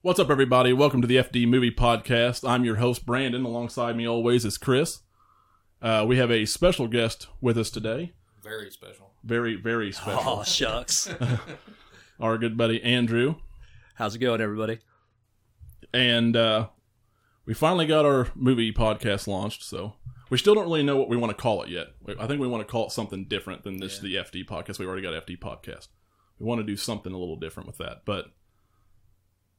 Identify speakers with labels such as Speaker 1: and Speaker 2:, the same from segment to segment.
Speaker 1: What's up, everybody? Welcome to the FD Movie Podcast. I'm your host, Brandon. Alongside me, always, is Chris. Uh, we have a special guest with us today.
Speaker 2: Very special.
Speaker 1: Very, very special.
Speaker 3: Oh shucks.
Speaker 1: Our good buddy, Andrew.
Speaker 3: How's it going, everybody?
Speaker 1: And uh, we finally got our movie podcast launched, so we still don't really know what we want to call it yet. We- I think we want to call it something different than this, the FD podcast. We already got FD podcast. We want to do something a little different with that, but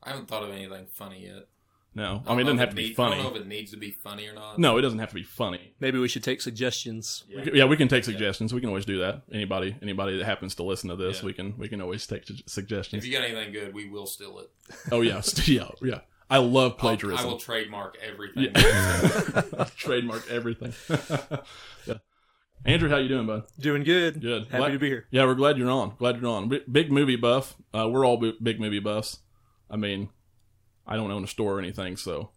Speaker 2: I haven't thought of anything funny yet.
Speaker 1: no. I mean, it doesn't
Speaker 2: don't know if
Speaker 1: have to be
Speaker 2: need- I don't
Speaker 1: funny.
Speaker 2: know if it needs to be funny or not.
Speaker 1: No, it doesn't have to be funny.
Speaker 3: Maybe we should take suggestions.
Speaker 1: We can- yeah, we can take suggestions. We can always do that. Anybody, anybody that happens to listen to this,
Speaker 2: Yeah.
Speaker 1: we can we can always take su-
Speaker 2: If
Speaker 1: suggestions.
Speaker 2: you got anything good, we will steal it.
Speaker 1: oh yeah, st- yeah, yeah. I love
Speaker 2: I'll-
Speaker 1: plagiarism.
Speaker 2: I will trademark everything.
Speaker 1: yeah. Trademark everything. yeah. Andrew, how you doing, bud?
Speaker 3: Doing good.
Speaker 1: Good.
Speaker 3: Happy
Speaker 1: Glad-
Speaker 3: to be here.
Speaker 1: Yeah, we're glad you're on. Glad you're on. B- big movie buff. Uh, we're all b- big movie buffs. I mean, I don't own a store or anything, so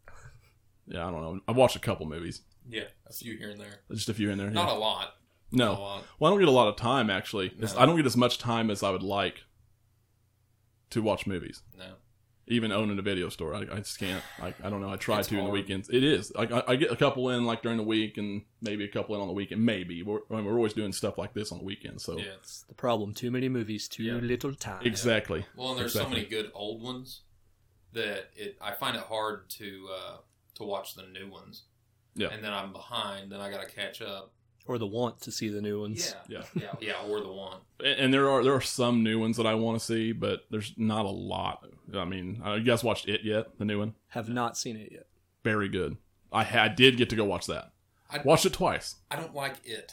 Speaker 1: yeah, I don't know. I've watched a couple movies,
Speaker 2: Yeah, a few here and there.
Speaker 1: just a few in there.
Speaker 2: Not
Speaker 1: yeah.
Speaker 2: a lot. Not a
Speaker 1: no,
Speaker 2: lot.
Speaker 1: Well, I don't get a lot of time actually. It's-
Speaker 2: No.
Speaker 1: I don't get as much time as I would like to watch movies,
Speaker 2: No.
Speaker 1: even owning a video store. I, I just can't. I, I don't know. I try
Speaker 2: It's
Speaker 1: to in the
Speaker 2: hard.
Speaker 1: weekends. It is. Like I, I get a couple in like during the week, and maybe a couple in on the weekend. Maybe we're, I mean, we're always doing stuff like this on the weekend. So
Speaker 2: Yeah. It's,
Speaker 3: The problem: too many movies, too
Speaker 2: Yeah.
Speaker 3: little time.
Speaker 1: exactly.
Speaker 2: well, and there's
Speaker 1: Exactly.
Speaker 2: so many good old ones that it I find it hard to uh, to watch the new ones.
Speaker 1: Yeah.
Speaker 2: And then I'm behind. Then I got to catch up.
Speaker 3: Or the want to see the new ones.
Speaker 2: Yeah.
Speaker 1: Yeah.
Speaker 2: Yeah. Yeah. Or the one.
Speaker 1: And and there are there are some new ones that I want to see, but there's not a lot. I mean, uh, you guys watched it yet? The new one,
Speaker 3: Have not seen it yet.
Speaker 1: very good. I ha- I did get to go watch that.
Speaker 2: I-
Speaker 1: watched it twice.
Speaker 2: I don't like it.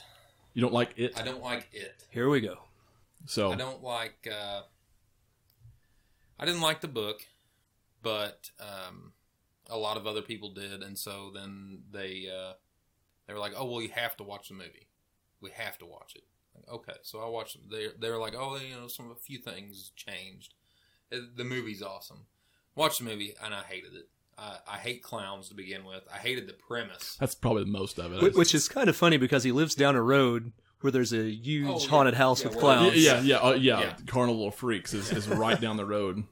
Speaker 1: You don't like it,
Speaker 2: I don't like it.
Speaker 3: Here we go.
Speaker 1: so
Speaker 2: I don't like. Uh, I didn't like the book, but um, a lot of other people did, and so then they uh, they were like, "Oh, well, you have to watch the movie. We have to watch it." Like, okay, so I watched. They they were like, "Oh, you know, some a few things changed. It- the movie's awesome. Watch the movie, and I hated it. I, I hate clowns to begin with. I hated the premise.
Speaker 1: that's probably the most of it.
Speaker 3: Wh- Which is kind of funny because he lives down a road where there's a huge
Speaker 2: Oh, yeah.
Speaker 3: haunted house
Speaker 2: Yeah,
Speaker 3: with
Speaker 2: where-
Speaker 1: Y-
Speaker 3: clowns.
Speaker 1: Yeah, yeah, uh, yeah,
Speaker 2: Yeah.
Speaker 1: Carnival of Freaks is, is right down the road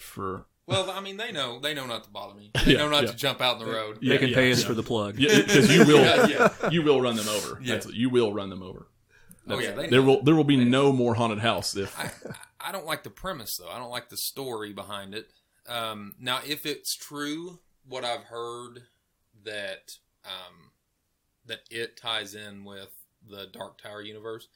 Speaker 1: for.
Speaker 2: Well, I mean, they know they know not to bother me. They
Speaker 1: Yeah,
Speaker 2: know not
Speaker 1: yeah.
Speaker 2: to jump out in the road.
Speaker 3: They
Speaker 1: Yeah,
Speaker 3: can
Speaker 1: yeah,
Speaker 3: pay us
Speaker 1: yeah.
Speaker 3: for the plug.
Speaker 1: Because you will,
Speaker 2: Yeah, yeah.
Speaker 1: you will run them over.
Speaker 2: Yeah.
Speaker 1: That's, you will run them over.
Speaker 2: Oh,
Speaker 1: That's-
Speaker 2: yeah, they
Speaker 1: there
Speaker 2: know.
Speaker 1: will there will be no more haunted house if
Speaker 2: I, I don't like the premise though. I don't like the story behind it. Um, now, if it's true, what I've heard that um, that it ties in with the Dark Tower universe,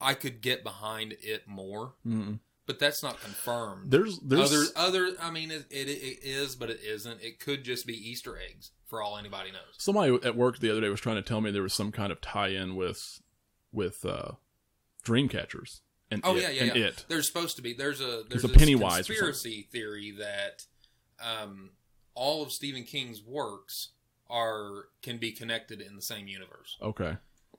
Speaker 2: I could get behind it more.
Speaker 1: Mm-mm.
Speaker 2: But that's not confirmed.
Speaker 1: there's there's
Speaker 2: other, other. I mean, it, it, it is, but it isn't. It could just be Easter eggs for all anybody knows.
Speaker 1: somebody at work the other day was trying to tell me there was some kind of tie in with with uh, Dreamcatchers and
Speaker 2: Oh
Speaker 1: it,
Speaker 2: yeah, yeah,
Speaker 1: and
Speaker 2: yeah.
Speaker 1: it.
Speaker 2: There's supposed to be. There's a
Speaker 1: It's
Speaker 2: there's
Speaker 1: a
Speaker 2: a
Speaker 1: Pennywise or something.
Speaker 2: conspiracy theory that um, all of Stephen King's works are can be connected in the same universe.
Speaker 1: Okay,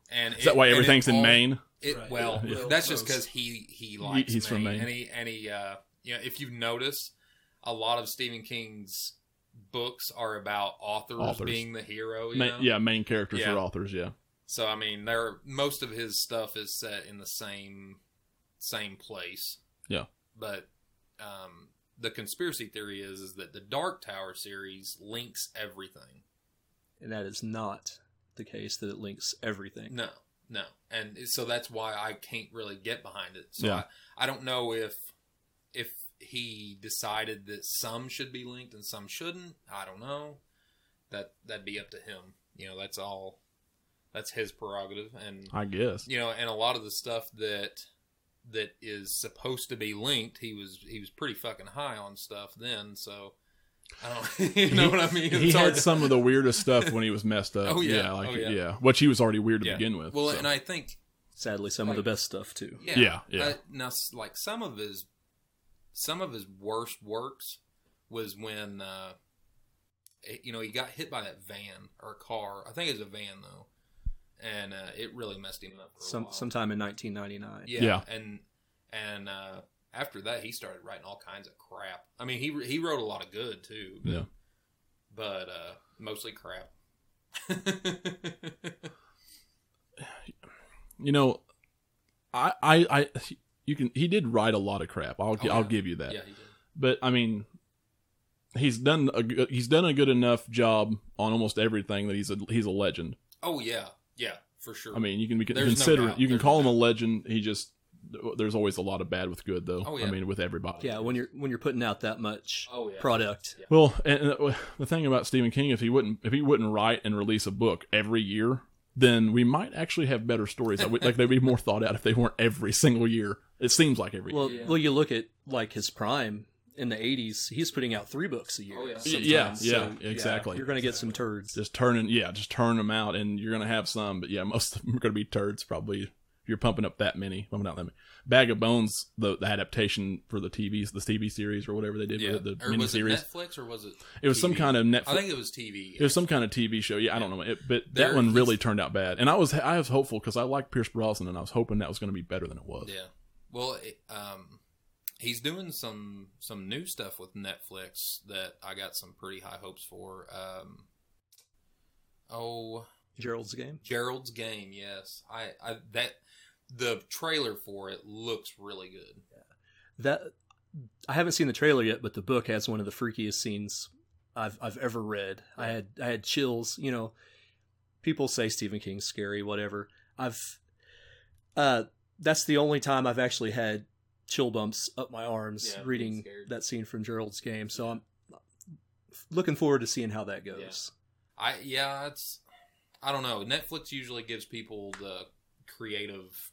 Speaker 2: And
Speaker 1: is that why everything's in
Speaker 2: Maine?
Speaker 1: Maine?
Speaker 2: It,
Speaker 3: Right.
Speaker 2: Well,
Speaker 1: Yeah.
Speaker 2: that's just because he he likes
Speaker 1: he's from
Speaker 2: Maine.
Speaker 1: Maine.
Speaker 2: And he, and he uh, you know, if you notice, a lot of Stephen King's books are about authors,
Speaker 1: Authors.
Speaker 2: being the hero. You
Speaker 1: Ma-
Speaker 2: know?
Speaker 1: yeah, main characters
Speaker 2: Yeah.
Speaker 1: or authors. Yeah,
Speaker 2: So I mean, there most of his stuff is set in the same same place.
Speaker 1: Yeah.
Speaker 2: But um, the conspiracy theory is is that the Dark Tower series links everything.
Speaker 3: And that is not the case that it links everything.
Speaker 2: No, no, and so that's why I can't really get behind it. So
Speaker 1: Yeah.
Speaker 2: I, I don't know if if he decided that some should be linked and some shouldn't. I don't know. That that'd be up to him. You know, that's all. That's his prerogative, and
Speaker 1: I guess.
Speaker 2: you know and a lot of the stuff that that is supposed to be linked he was he was pretty fucking high on stuff then so i don't you know
Speaker 1: He-
Speaker 2: what i mean
Speaker 1: he
Speaker 2: It's hard
Speaker 1: had
Speaker 2: to-
Speaker 1: some of the weirdest stuff when he was messed up.
Speaker 2: Oh, yeah.
Speaker 1: like
Speaker 2: Oh, yeah.
Speaker 1: Which he was already weird to
Speaker 2: Yeah.
Speaker 1: begin with.
Speaker 2: well
Speaker 1: so.
Speaker 2: and i think
Speaker 3: Sadly, some of
Speaker 2: Like-
Speaker 3: the best stuff too.
Speaker 2: yeah
Speaker 1: Yeah, yeah.
Speaker 2: uh, now s- like some of his some of his worst works was when uh it- you know he got hit by that van or car i think it was a van though and uh, it really messed him up for a
Speaker 3: Some
Speaker 2: while.
Speaker 3: sometime in 1999.
Speaker 2: Yeah,
Speaker 1: Yeah.
Speaker 2: and and uh, after that, he started writing all kinds of crap. I mean, he he wrote a lot of good too. But,
Speaker 1: Yeah.
Speaker 2: but uh, mostly crap.
Speaker 1: you know, I, I, I, you can. He did write a lot of crap. I'll,
Speaker 2: Oh,
Speaker 1: I'll
Speaker 2: yeah.
Speaker 1: give you that.
Speaker 2: yeah, he did.
Speaker 1: But I mean, he's done a g- he's done a good enough job on almost everything that he's a he's a legend.
Speaker 2: Oh yeah, yeah, for sure.
Speaker 1: I mean, you can be,
Speaker 2: There's no
Speaker 1: consider
Speaker 2: doubt.
Speaker 1: you can
Speaker 2: There's
Speaker 1: call
Speaker 2: no
Speaker 1: him a legend. He just there's always a lot of bad with good though.
Speaker 2: Oh, yeah.
Speaker 1: I mean, with everybody.
Speaker 3: Yeah, when you're when you're putting out that much
Speaker 2: oh yeah,
Speaker 3: product,
Speaker 2: Yeah.
Speaker 1: Well, and and, uh, the thing about Stephen King, if he wouldn't if he wouldn't write and release a book every year, then we might actually have better stories. That would- like they'd be more thought out if they weren't every single year. It seems like every
Speaker 3: well,
Speaker 2: Yeah.
Speaker 3: well, you look at like his prime in the '80s. He's putting out three books a year.
Speaker 2: Oh, yeah.
Speaker 1: year.
Speaker 3: sometimes,
Speaker 1: Y- Yeah,
Speaker 3: so,
Speaker 1: yeah, exactly.
Speaker 3: You're gonna get some turds.
Speaker 1: just turning, yeah, just turn them out, and you're gonna have some, but yeah, most of them are gonna be turds probably. If you're pumping up that many, pumping out that many. Bag of Bones, the, the adaptation for the TVs, the TV series or whatever they did
Speaker 2: yeah.
Speaker 1: with it, the
Speaker 2: or was it
Speaker 1: miniseries. It,
Speaker 2: Netflix or was it?
Speaker 1: was some
Speaker 2: TV?
Speaker 1: kind of Netflix.
Speaker 2: I think it was TV.
Speaker 1: It was some kind of TV show. Yeah, I don't know. It, but that
Speaker 2: There-
Speaker 1: one really turned out bad. And I was I was hopeful because I like Pierce Brosnan, and I was hoping that was going to be better than it was.
Speaker 2: Yeah. Well, it, um, he's doing some some new stuff with Netflix that I got some pretty high hopes for. Um, oh,
Speaker 3: Gerald's game.
Speaker 2: Gerald's Game. Yes, I, I that the trailer for it looks really good.
Speaker 3: That I haven't seen the trailer yet, but the book has one of the freakiest scenes I've I've ever read. I had I had chills. You know, people say Stephen King's scary, whatever. I've uh, that's the only time I've actually had chill bumps up my arms
Speaker 2: Yeah, being
Speaker 3: reading
Speaker 2: scared.
Speaker 3: that scene from Gerald's game. So I'm looking forward to seeing how that goes.
Speaker 2: I yeah, it's I don't know. Netflix usually gives people the creative,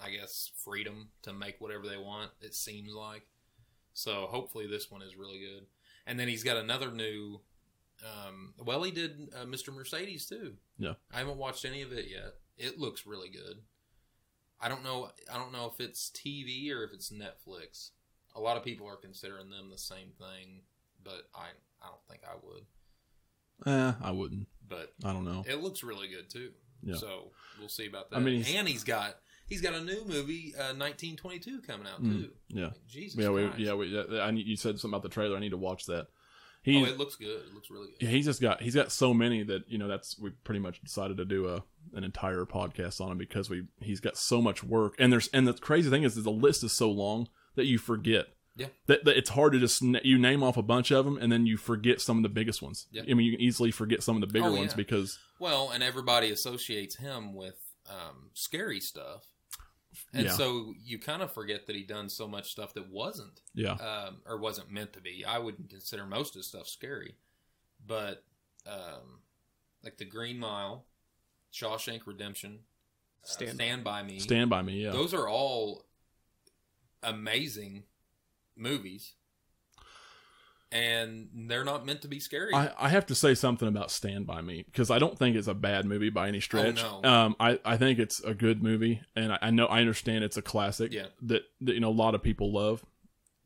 Speaker 2: I guess, freedom to make whatever they want. It seems like. So hopefully this one is really good. And then he's got another new. Um, well, he did uh, Mr. Mercedes too.
Speaker 1: Yeah.
Speaker 2: I haven't watched any of it yet. It looks really good. I don't know. I don't know if it's TV or if it's Netflix. A lot of people are considering them the same thing, but I I don't think I would.
Speaker 1: Eh, I wouldn't.
Speaker 2: But
Speaker 1: I don't know.
Speaker 2: it looks really good too.
Speaker 1: Yeah.
Speaker 2: So we'll see about that.
Speaker 1: I mean, he's-
Speaker 2: and he's got he's got a new movie, uh, 1922, coming out
Speaker 1: Mm,
Speaker 2: too.
Speaker 1: yeah.
Speaker 2: Like, Jesus.
Speaker 1: Yeah, we,
Speaker 2: Christ.
Speaker 1: yeah. We, yeah, I need, you said something about the trailer. I need to watch that.
Speaker 2: Oh,
Speaker 1: He's
Speaker 2: it looks good. It looks really good.
Speaker 1: yeah, he's just got he's got so many that you know that's we pretty much decided to do a an entire podcast on him because we he's got so much work and there's and the crazy thing is that the list is so long that you forget
Speaker 2: Yeah.
Speaker 1: that, that it's hard to just n- you name off a bunch of them and then you forget some of the biggest ones
Speaker 2: Yeah.
Speaker 1: I mean you can easily forget some of the bigger
Speaker 2: Oh,
Speaker 1: ones
Speaker 2: yeah.
Speaker 1: because
Speaker 2: Well, and everybody associates him with um, scary stuff, and
Speaker 1: yeah
Speaker 2: so you kind of forget that he done so much stuff that wasn't
Speaker 1: yeah
Speaker 2: um, or wasn't meant to be. I wouldn't consider most of his stuff scary, but um, like the Green Mile, Shawshank Redemption, uh,
Speaker 3: Stand-
Speaker 2: Stand by Me,
Speaker 1: Stand by Me yeah
Speaker 2: Those are all amazing movies, and they're not meant to be scary.
Speaker 1: I, I have to say something about Stand By Me because I don't think it's a bad movie by any stretch.
Speaker 2: Oh, no.
Speaker 1: Um, I, I think it's a good movie, and I, I know I understand it's a classic
Speaker 2: Yeah.
Speaker 1: that, that you know a lot of people love.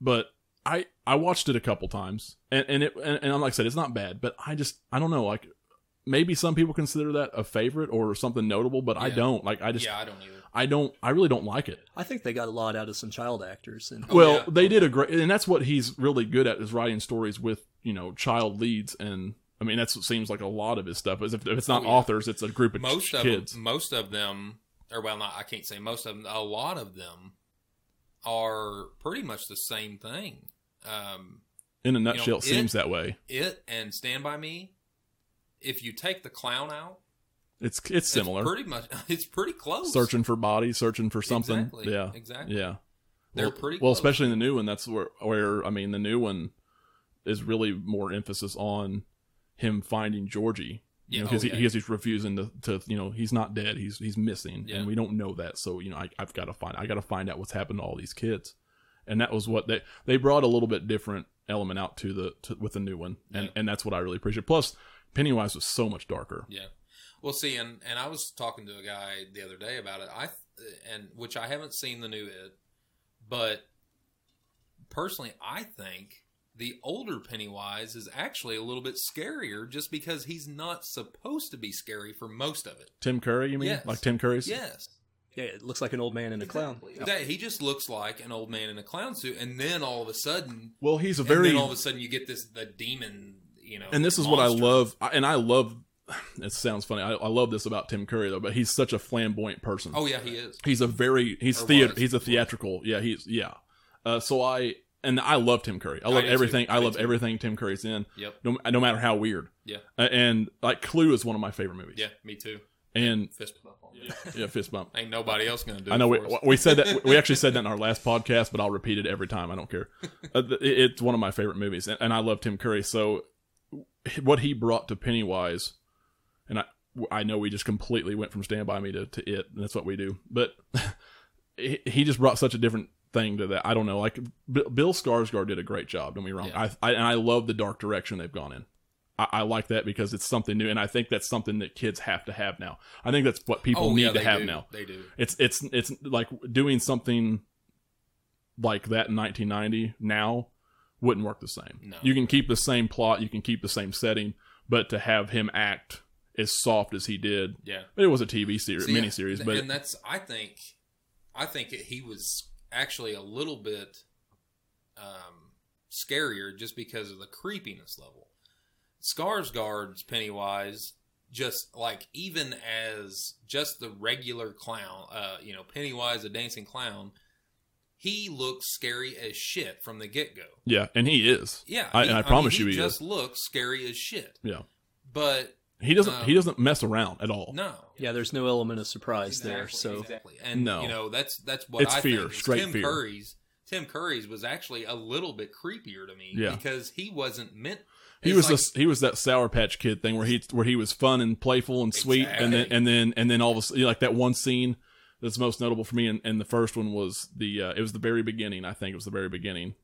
Speaker 1: But I I watched it a couple times, and and it and, and like I said, it's not bad. But I just I don't know like maybe some people consider that a favorite or something notable, but I
Speaker 2: Yeah.
Speaker 1: don't like I just
Speaker 2: yeah, I don't either.
Speaker 1: I don't I really don't like it.
Speaker 3: I think they got a lot out of some child actors, and
Speaker 2: Oh,
Speaker 1: well,
Speaker 2: yeah.
Speaker 1: they did a great, and that's what he's really good at is writing stories with you know child leads, and I mean that's what seems like a lot of his stuff is if, if it's not
Speaker 2: Oh, yeah.
Speaker 1: authors, it's a group of
Speaker 2: Most
Speaker 1: ch-
Speaker 2: of
Speaker 1: kids.
Speaker 2: them, most of them, or well, not I can't say most of them. A lot of them are pretty much the same thing. Um,
Speaker 1: In a nutshell, it
Speaker 2: you know,
Speaker 1: seems that way.
Speaker 2: it and Stand by Me. If you take the clown out,
Speaker 1: It's it's
Speaker 2: it's
Speaker 1: similar.
Speaker 2: pretty much, it's pretty close.
Speaker 1: searching for bodies, searching for something.
Speaker 2: Exactly,
Speaker 1: Yeah,
Speaker 2: exactly.
Speaker 1: yeah.
Speaker 2: They're
Speaker 1: well,
Speaker 2: pretty
Speaker 1: well,
Speaker 2: close.
Speaker 1: especially in the new one. That's where where I mean the new one is really more emphasis on him finding Georgie. You
Speaker 2: Yeah,
Speaker 1: know, because
Speaker 2: oh,
Speaker 1: he,
Speaker 2: yeah.
Speaker 1: because he's refusing to, to, you know, he's not dead. He's he's missing,
Speaker 2: Yeah.
Speaker 1: and we don't know that. So you know, I, I've got to find, I got to find out what's happened to all these kids, and that was what they they brought a little bit different element out to the to, with the new one, and
Speaker 2: Yeah.
Speaker 1: and that's what I really appreciate. Plus, Pennywise was so much darker.
Speaker 2: Yeah. Well, see, and and I was talking to a guy the other day about it. I th- and which I haven't seen the new it, but personally, I think the older Pennywise is actually a little bit scarier, just because he's not supposed to be scary for most of it.
Speaker 1: Tim Curry, you mean
Speaker 2: Yes.
Speaker 1: like Tim Curry's?
Speaker 2: Yes,
Speaker 3: yeah, it looks like an old man and a clown.
Speaker 2: that he just looks like an old man in a clown suit, and then all of a sudden,
Speaker 1: Well, he's a
Speaker 2: and
Speaker 1: very
Speaker 2: then all of a sudden you get this the demon, you know.
Speaker 1: and this is what I
Speaker 2: monster.
Speaker 1: love. I- And I love. It sounds funny. I, I love this about Tim Curry though, but he's such a flamboyant person.
Speaker 2: Oh yeah, he is.
Speaker 1: he's a very he's
Speaker 2: Or
Speaker 1: thea-
Speaker 2: was.
Speaker 1: he's a theatrical. Yeah, he's yeah. Uh, so I and I love Tim Curry. I
Speaker 2: I
Speaker 1: love
Speaker 2: do too.
Speaker 1: everything. I
Speaker 2: Me
Speaker 1: love
Speaker 2: too.
Speaker 1: everything Tim Curry's in,
Speaker 2: Yep.
Speaker 1: no, no matter how weird.
Speaker 2: Yeah.
Speaker 1: A- And like Clue is one of my favorite movies.
Speaker 2: Yeah. Me too.
Speaker 1: And
Speaker 2: Fist bump. On
Speaker 1: yeah,
Speaker 2: yeah.
Speaker 1: fist bump.
Speaker 2: Ain't nobody else gonna do.
Speaker 1: I know
Speaker 2: it
Speaker 1: we,
Speaker 2: for us.
Speaker 1: we said that we actually said that in our last podcast, but I'll repeat it every time. I don't care. Uh, th- it- It's one of my favorite movies, and, and I love Tim Curry. So what he brought to Pennywise, and I I know we just completely went from Stand by Me to, to it, and that's what we do. But he he just brought such a different thing to that. I don't know. Like B- Bill Skarsgård did a great job. Don't be wrong.
Speaker 2: Yeah.
Speaker 1: I, I and I love the dark direction they've gone in. I, I like that because it's something new, and I think that's something that kids have to have now. I think that's what people
Speaker 2: Oh,
Speaker 1: need
Speaker 2: yeah,
Speaker 1: to
Speaker 2: they
Speaker 1: have
Speaker 2: do.
Speaker 1: now
Speaker 2: They do.
Speaker 1: it's it's it's like doing something like that in 1990 now wouldn't work the same.
Speaker 2: No.
Speaker 1: You can keep the same plot, you can keep the same setting, but to have him act as soft as he did,
Speaker 2: Yeah.
Speaker 1: it was a TV series,
Speaker 2: See,
Speaker 1: miniseries,
Speaker 2: th-
Speaker 1: but
Speaker 2: and that's I think, I think it, he was actually a little bit um, scarier just because of the creepiness level. Skarsgård's Pennywise, just like even as just the regular clown, uh, you know, Pennywise the dancing clown, he looks scary as shit from the get go.
Speaker 1: yeah, and he is.
Speaker 2: Yeah,
Speaker 1: I-
Speaker 2: he-
Speaker 1: and I promise you
Speaker 2: he
Speaker 1: he
Speaker 2: just looks scary as shit.
Speaker 1: Yeah. Oh.
Speaker 2: But
Speaker 1: He doesn't
Speaker 2: Um,
Speaker 1: he doesn't mess around at all.
Speaker 2: no,
Speaker 3: Yeah, there's no element of surprise there.
Speaker 2: Exactly,
Speaker 3: So
Speaker 2: exactly, and
Speaker 1: No.
Speaker 2: you know that's that's what
Speaker 1: It's
Speaker 2: I
Speaker 1: fear,
Speaker 2: think is
Speaker 1: straight
Speaker 2: Tim
Speaker 1: fear.
Speaker 2: Curry's Tim Curry's was actually a little bit creepier to me
Speaker 1: Yeah.
Speaker 2: because he wasn't meant.
Speaker 1: He
Speaker 2: it's
Speaker 1: was
Speaker 2: like-
Speaker 1: this, he was that sour patch kid thing where he where he was fun and playful and sweet, and then
Speaker 2: Exactly.
Speaker 1: and then and then all of a sudden, like that one scene that's most notable for me, and, and the first one was the uh, it was the very beginning. I think it was the very beginning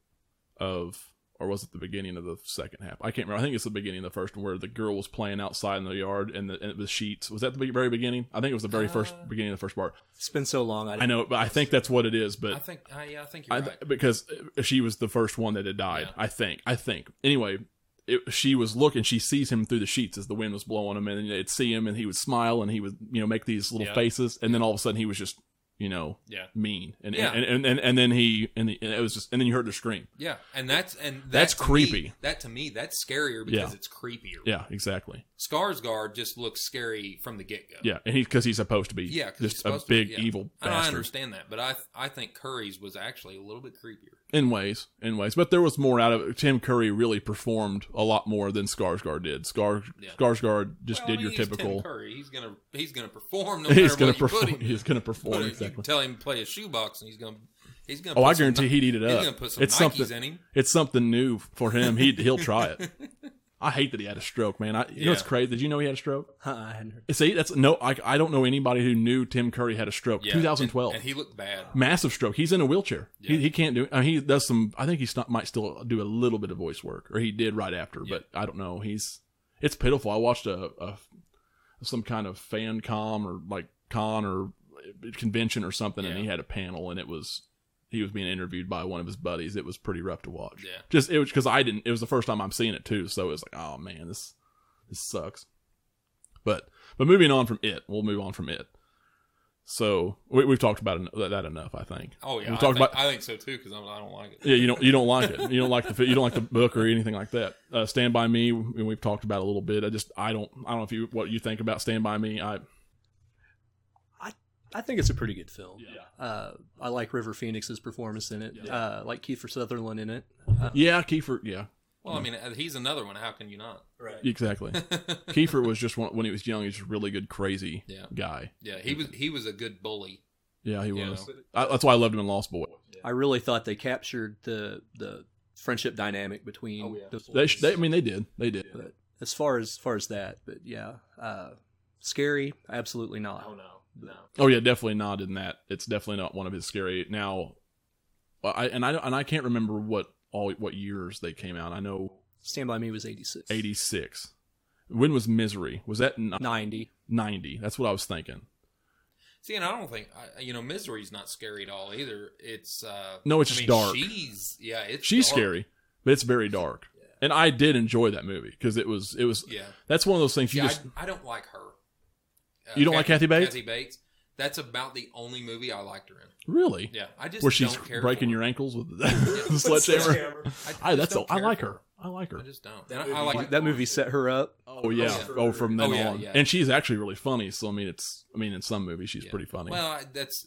Speaker 1: of, or was it the beginning of the second half? I can't remember. I think it's the beginning of the first one where the girl was playing outside in the yard and the, and the sheets. Was that the very beginning? I think it was the very first
Speaker 2: Uh,
Speaker 1: beginning of the first part.
Speaker 3: it's been so long. I,
Speaker 1: I know, but I think that's what it is. But
Speaker 2: I think I, yeah, I think you're
Speaker 1: I
Speaker 2: right.
Speaker 1: th- because uh, she was the first one that had died.
Speaker 2: Yeah.
Speaker 1: I think. I think. Anyway, it, she was looking. She sees him through the sheets as the wind was blowing him, and they'd see him, and he would smile, and he would you know make these little
Speaker 2: Yeah.
Speaker 1: faces, and then all of a sudden he was just you know
Speaker 2: Yeah.
Speaker 1: mean, and
Speaker 2: Yeah.
Speaker 1: and, and, and and then he and, the, and it was just and then you heard the scream.
Speaker 2: Yeah, and that's and that
Speaker 1: That's
Speaker 2: to me-
Speaker 1: creepy.
Speaker 2: that to me that's scarier because
Speaker 1: Yeah.
Speaker 2: it's creepier.
Speaker 1: Yeah, exactly.
Speaker 2: Skarsgård just looks scary from the get go.
Speaker 1: Yeah, and he because he's supposed to be
Speaker 2: Yeah, 'cause he's
Speaker 1: just a
Speaker 2: supposed to be,
Speaker 1: big
Speaker 2: yeah.
Speaker 1: evil
Speaker 2: I, I
Speaker 1: bastard
Speaker 2: understand that, but I I think Curry's was actually a little bit creepier.
Speaker 1: in ways, in ways. But there was more out of it. Tim Curry really performed a lot more than Skarsgård did. Scar
Speaker 2: Yeah.
Speaker 1: Skarsgård just
Speaker 2: Well, I
Speaker 1: did
Speaker 2: mean,
Speaker 1: your
Speaker 2: he's Tim
Speaker 1: typical.
Speaker 2: Curry. He's gonna he's gonna perform. No
Speaker 1: he's
Speaker 2: he's
Speaker 1: gonna
Speaker 2: going
Speaker 1: perform. He's gonna perform
Speaker 2: Put it- You
Speaker 1: exactly.
Speaker 2: can tell him to play a shoebox, and he's gonna he's gonna.
Speaker 1: Oh,
Speaker 2: put
Speaker 1: I
Speaker 2: some
Speaker 1: guarantee
Speaker 2: Ni-
Speaker 1: he'd eat it
Speaker 2: He's
Speaker 1: up.
Speaker 2: gonna put some
Speaker 1: it's
Speaker 2: Nikes
Speaker 1: something.
Speaker 2: in him.
Speaker 1: It's something new for him. He he'll try it. I hate that he had a stroke, man. I, you know it's
Speaker 2: Yeah.
Speaker 1: crazy. Did you know he had a stroke?
Speaker 3: huh, I hadn't heard.
Speaker 1: See, that's no. I, I don't know anybody who knew Tim Curry had a stroke.
Speaker 2: Yeah,
Speaker 1: 2012,
Speaker 2: and, and he looked bad.
Speaker 1: massive stroke. He's in a wheelchair.
Speaker 2: Yeah.
Speaker 1: He, he can't do. I mean, he does some. I think he not, might still do a little bit of voice work, or he did right after.
Speaker 2: Yeah.
Speaker 1: But I don't know. He's it's pitiful. I watched a, a some kind of fan com or like con or uh, convention or something, and
Speaker 2: Yeah.
Speaker 1: he had a panel, and it was he was being interviewed by one of his buddies. It was pretty rough to watch.
Speaker 2: Yeah.
Speaker 1: Just it was because I didn't. It was the first time I'm seeing it too, so it was like, oh man, this this sucks. But but moving on from it, we'll move on from it. So we, we've talked about en- that- that enough, I think.
Speaker 2: Oh yeah,
Speaker 1: we
Speaker 2: I
Speaker 1: talked
Speaker 2: think,
Speaker 1: about.
Speaker 2: I think so too because I don't like it.
Speaker 1: yeah, you don't you don't like it. You don't like the fi- you don't like the book or anything like that. Uh, Stand by Me, we- we've talked about a little bit. I just I don't I don't know if you what you think about Stand by Me. I
Speaker 3: I think it's a pretty good film.
Speaker 1: yeah
Speaker 3: Uh, I like River Phoenix's performance in it.
Speaker 1: Yeah.
Speaker 3: Uh, I like Kiefer Sutherland in it.
Speaker 1: yeah Kiefer yeah
Speaker 2: Well, I mean, uh, he's another one. How can you not?
Speaker 3: Right.
Speaker 1: exactly. Kiefer was just one, when he was young, he's just a really good crazy
Speaker 2: Yeah.
Speaker 1: guy.
Speaker 2: yeah, he was he was a good bully.
Speaker 1: Yeah, he
Speaker 2: You
Speaker 1: was.
Speaker 2: know.
Speaker 1: I, that's why I loved him in Lost Boy.
Speaker 3: I really thought they captured the the friendship dynamic between
Speaker 2: Oh, yeah.
Speaker 3: those
Speaker 1: They, sh- they I mean they did they did.
Speaker 3: but as far as far as that, but yeah, uh, scary, absolutely not.
Speaker 2: no, no.
Speaker 1: Oh yeah, definitely not in that. It's definitely not one of his scary. Now, I and I don't- and I can't remember what all what years they came out. I know
Speaker 3: Stand by Me was eighty six.
Speaker 1: eighty six. When was Misery? Was that in
Speaker 3: Ninety.
Speaker 1: ninety? That's what I was thinking.
Speaker 2: See, and I don't think I, you know misery's not scary at all either. It's uh,
Speaker 1: No, it's
Speaker 2: I
Speaker 1: just
Speaker 2: mean,
Speaker 1: dark.
Speaker 2: She's yeah, it's
Speaker 1: She's
Speaker 2: dark.
Speaker 1: scary, but it's very dark. And I did enjoy that movie because it was it was.
Speaker 2: Yeah,
Speaker 1: That's one of those things you
Speaker 2: yeah
Speaker 1: just
Speaker 2: I, I don't like her. Uh,
Speaker 1: You don't like Kathy Bates?
Speaker 2: Kathy Bates. That's about the only movie I liked her in.
Speaker 1: really
Speaker 2: Yeah, I just
Speaker 1: where she's
Speaker 2: don't care
Speaker 1: breaking
Speaker 2: for
Speaker 1: your ankles with the, the sledgehammer.
Speaker 2: I,
Speaker 1: I
Speaker 2: just
Speaker 1: that's a,
Speaker 2: don't
Speaker 1: I
Speaker 2: care
Speaker 1: like
Speaker 2: for
Speaker 1: her. I like her.
Speaker 2: I just don't.
Speaker 4: That
Speaker 2: And I
Speaker 4: movie-
Speaker 2: like
Speaker 3: That movie set her up.
Speaker 1: Oh yeah.
Speaker 2: yeah.
Speaker 1: Oh, from then
Speaker 2: Oh, yeah,
Speaker 1: on,
Speaker 2: yeah.
Speaker 1: and she's actually really funny. So I mean, it's I mean, in some movies she's
Speaker 2: Yeah.
Speaker 1: pretty funny.
Speaker 2: Well, I, that's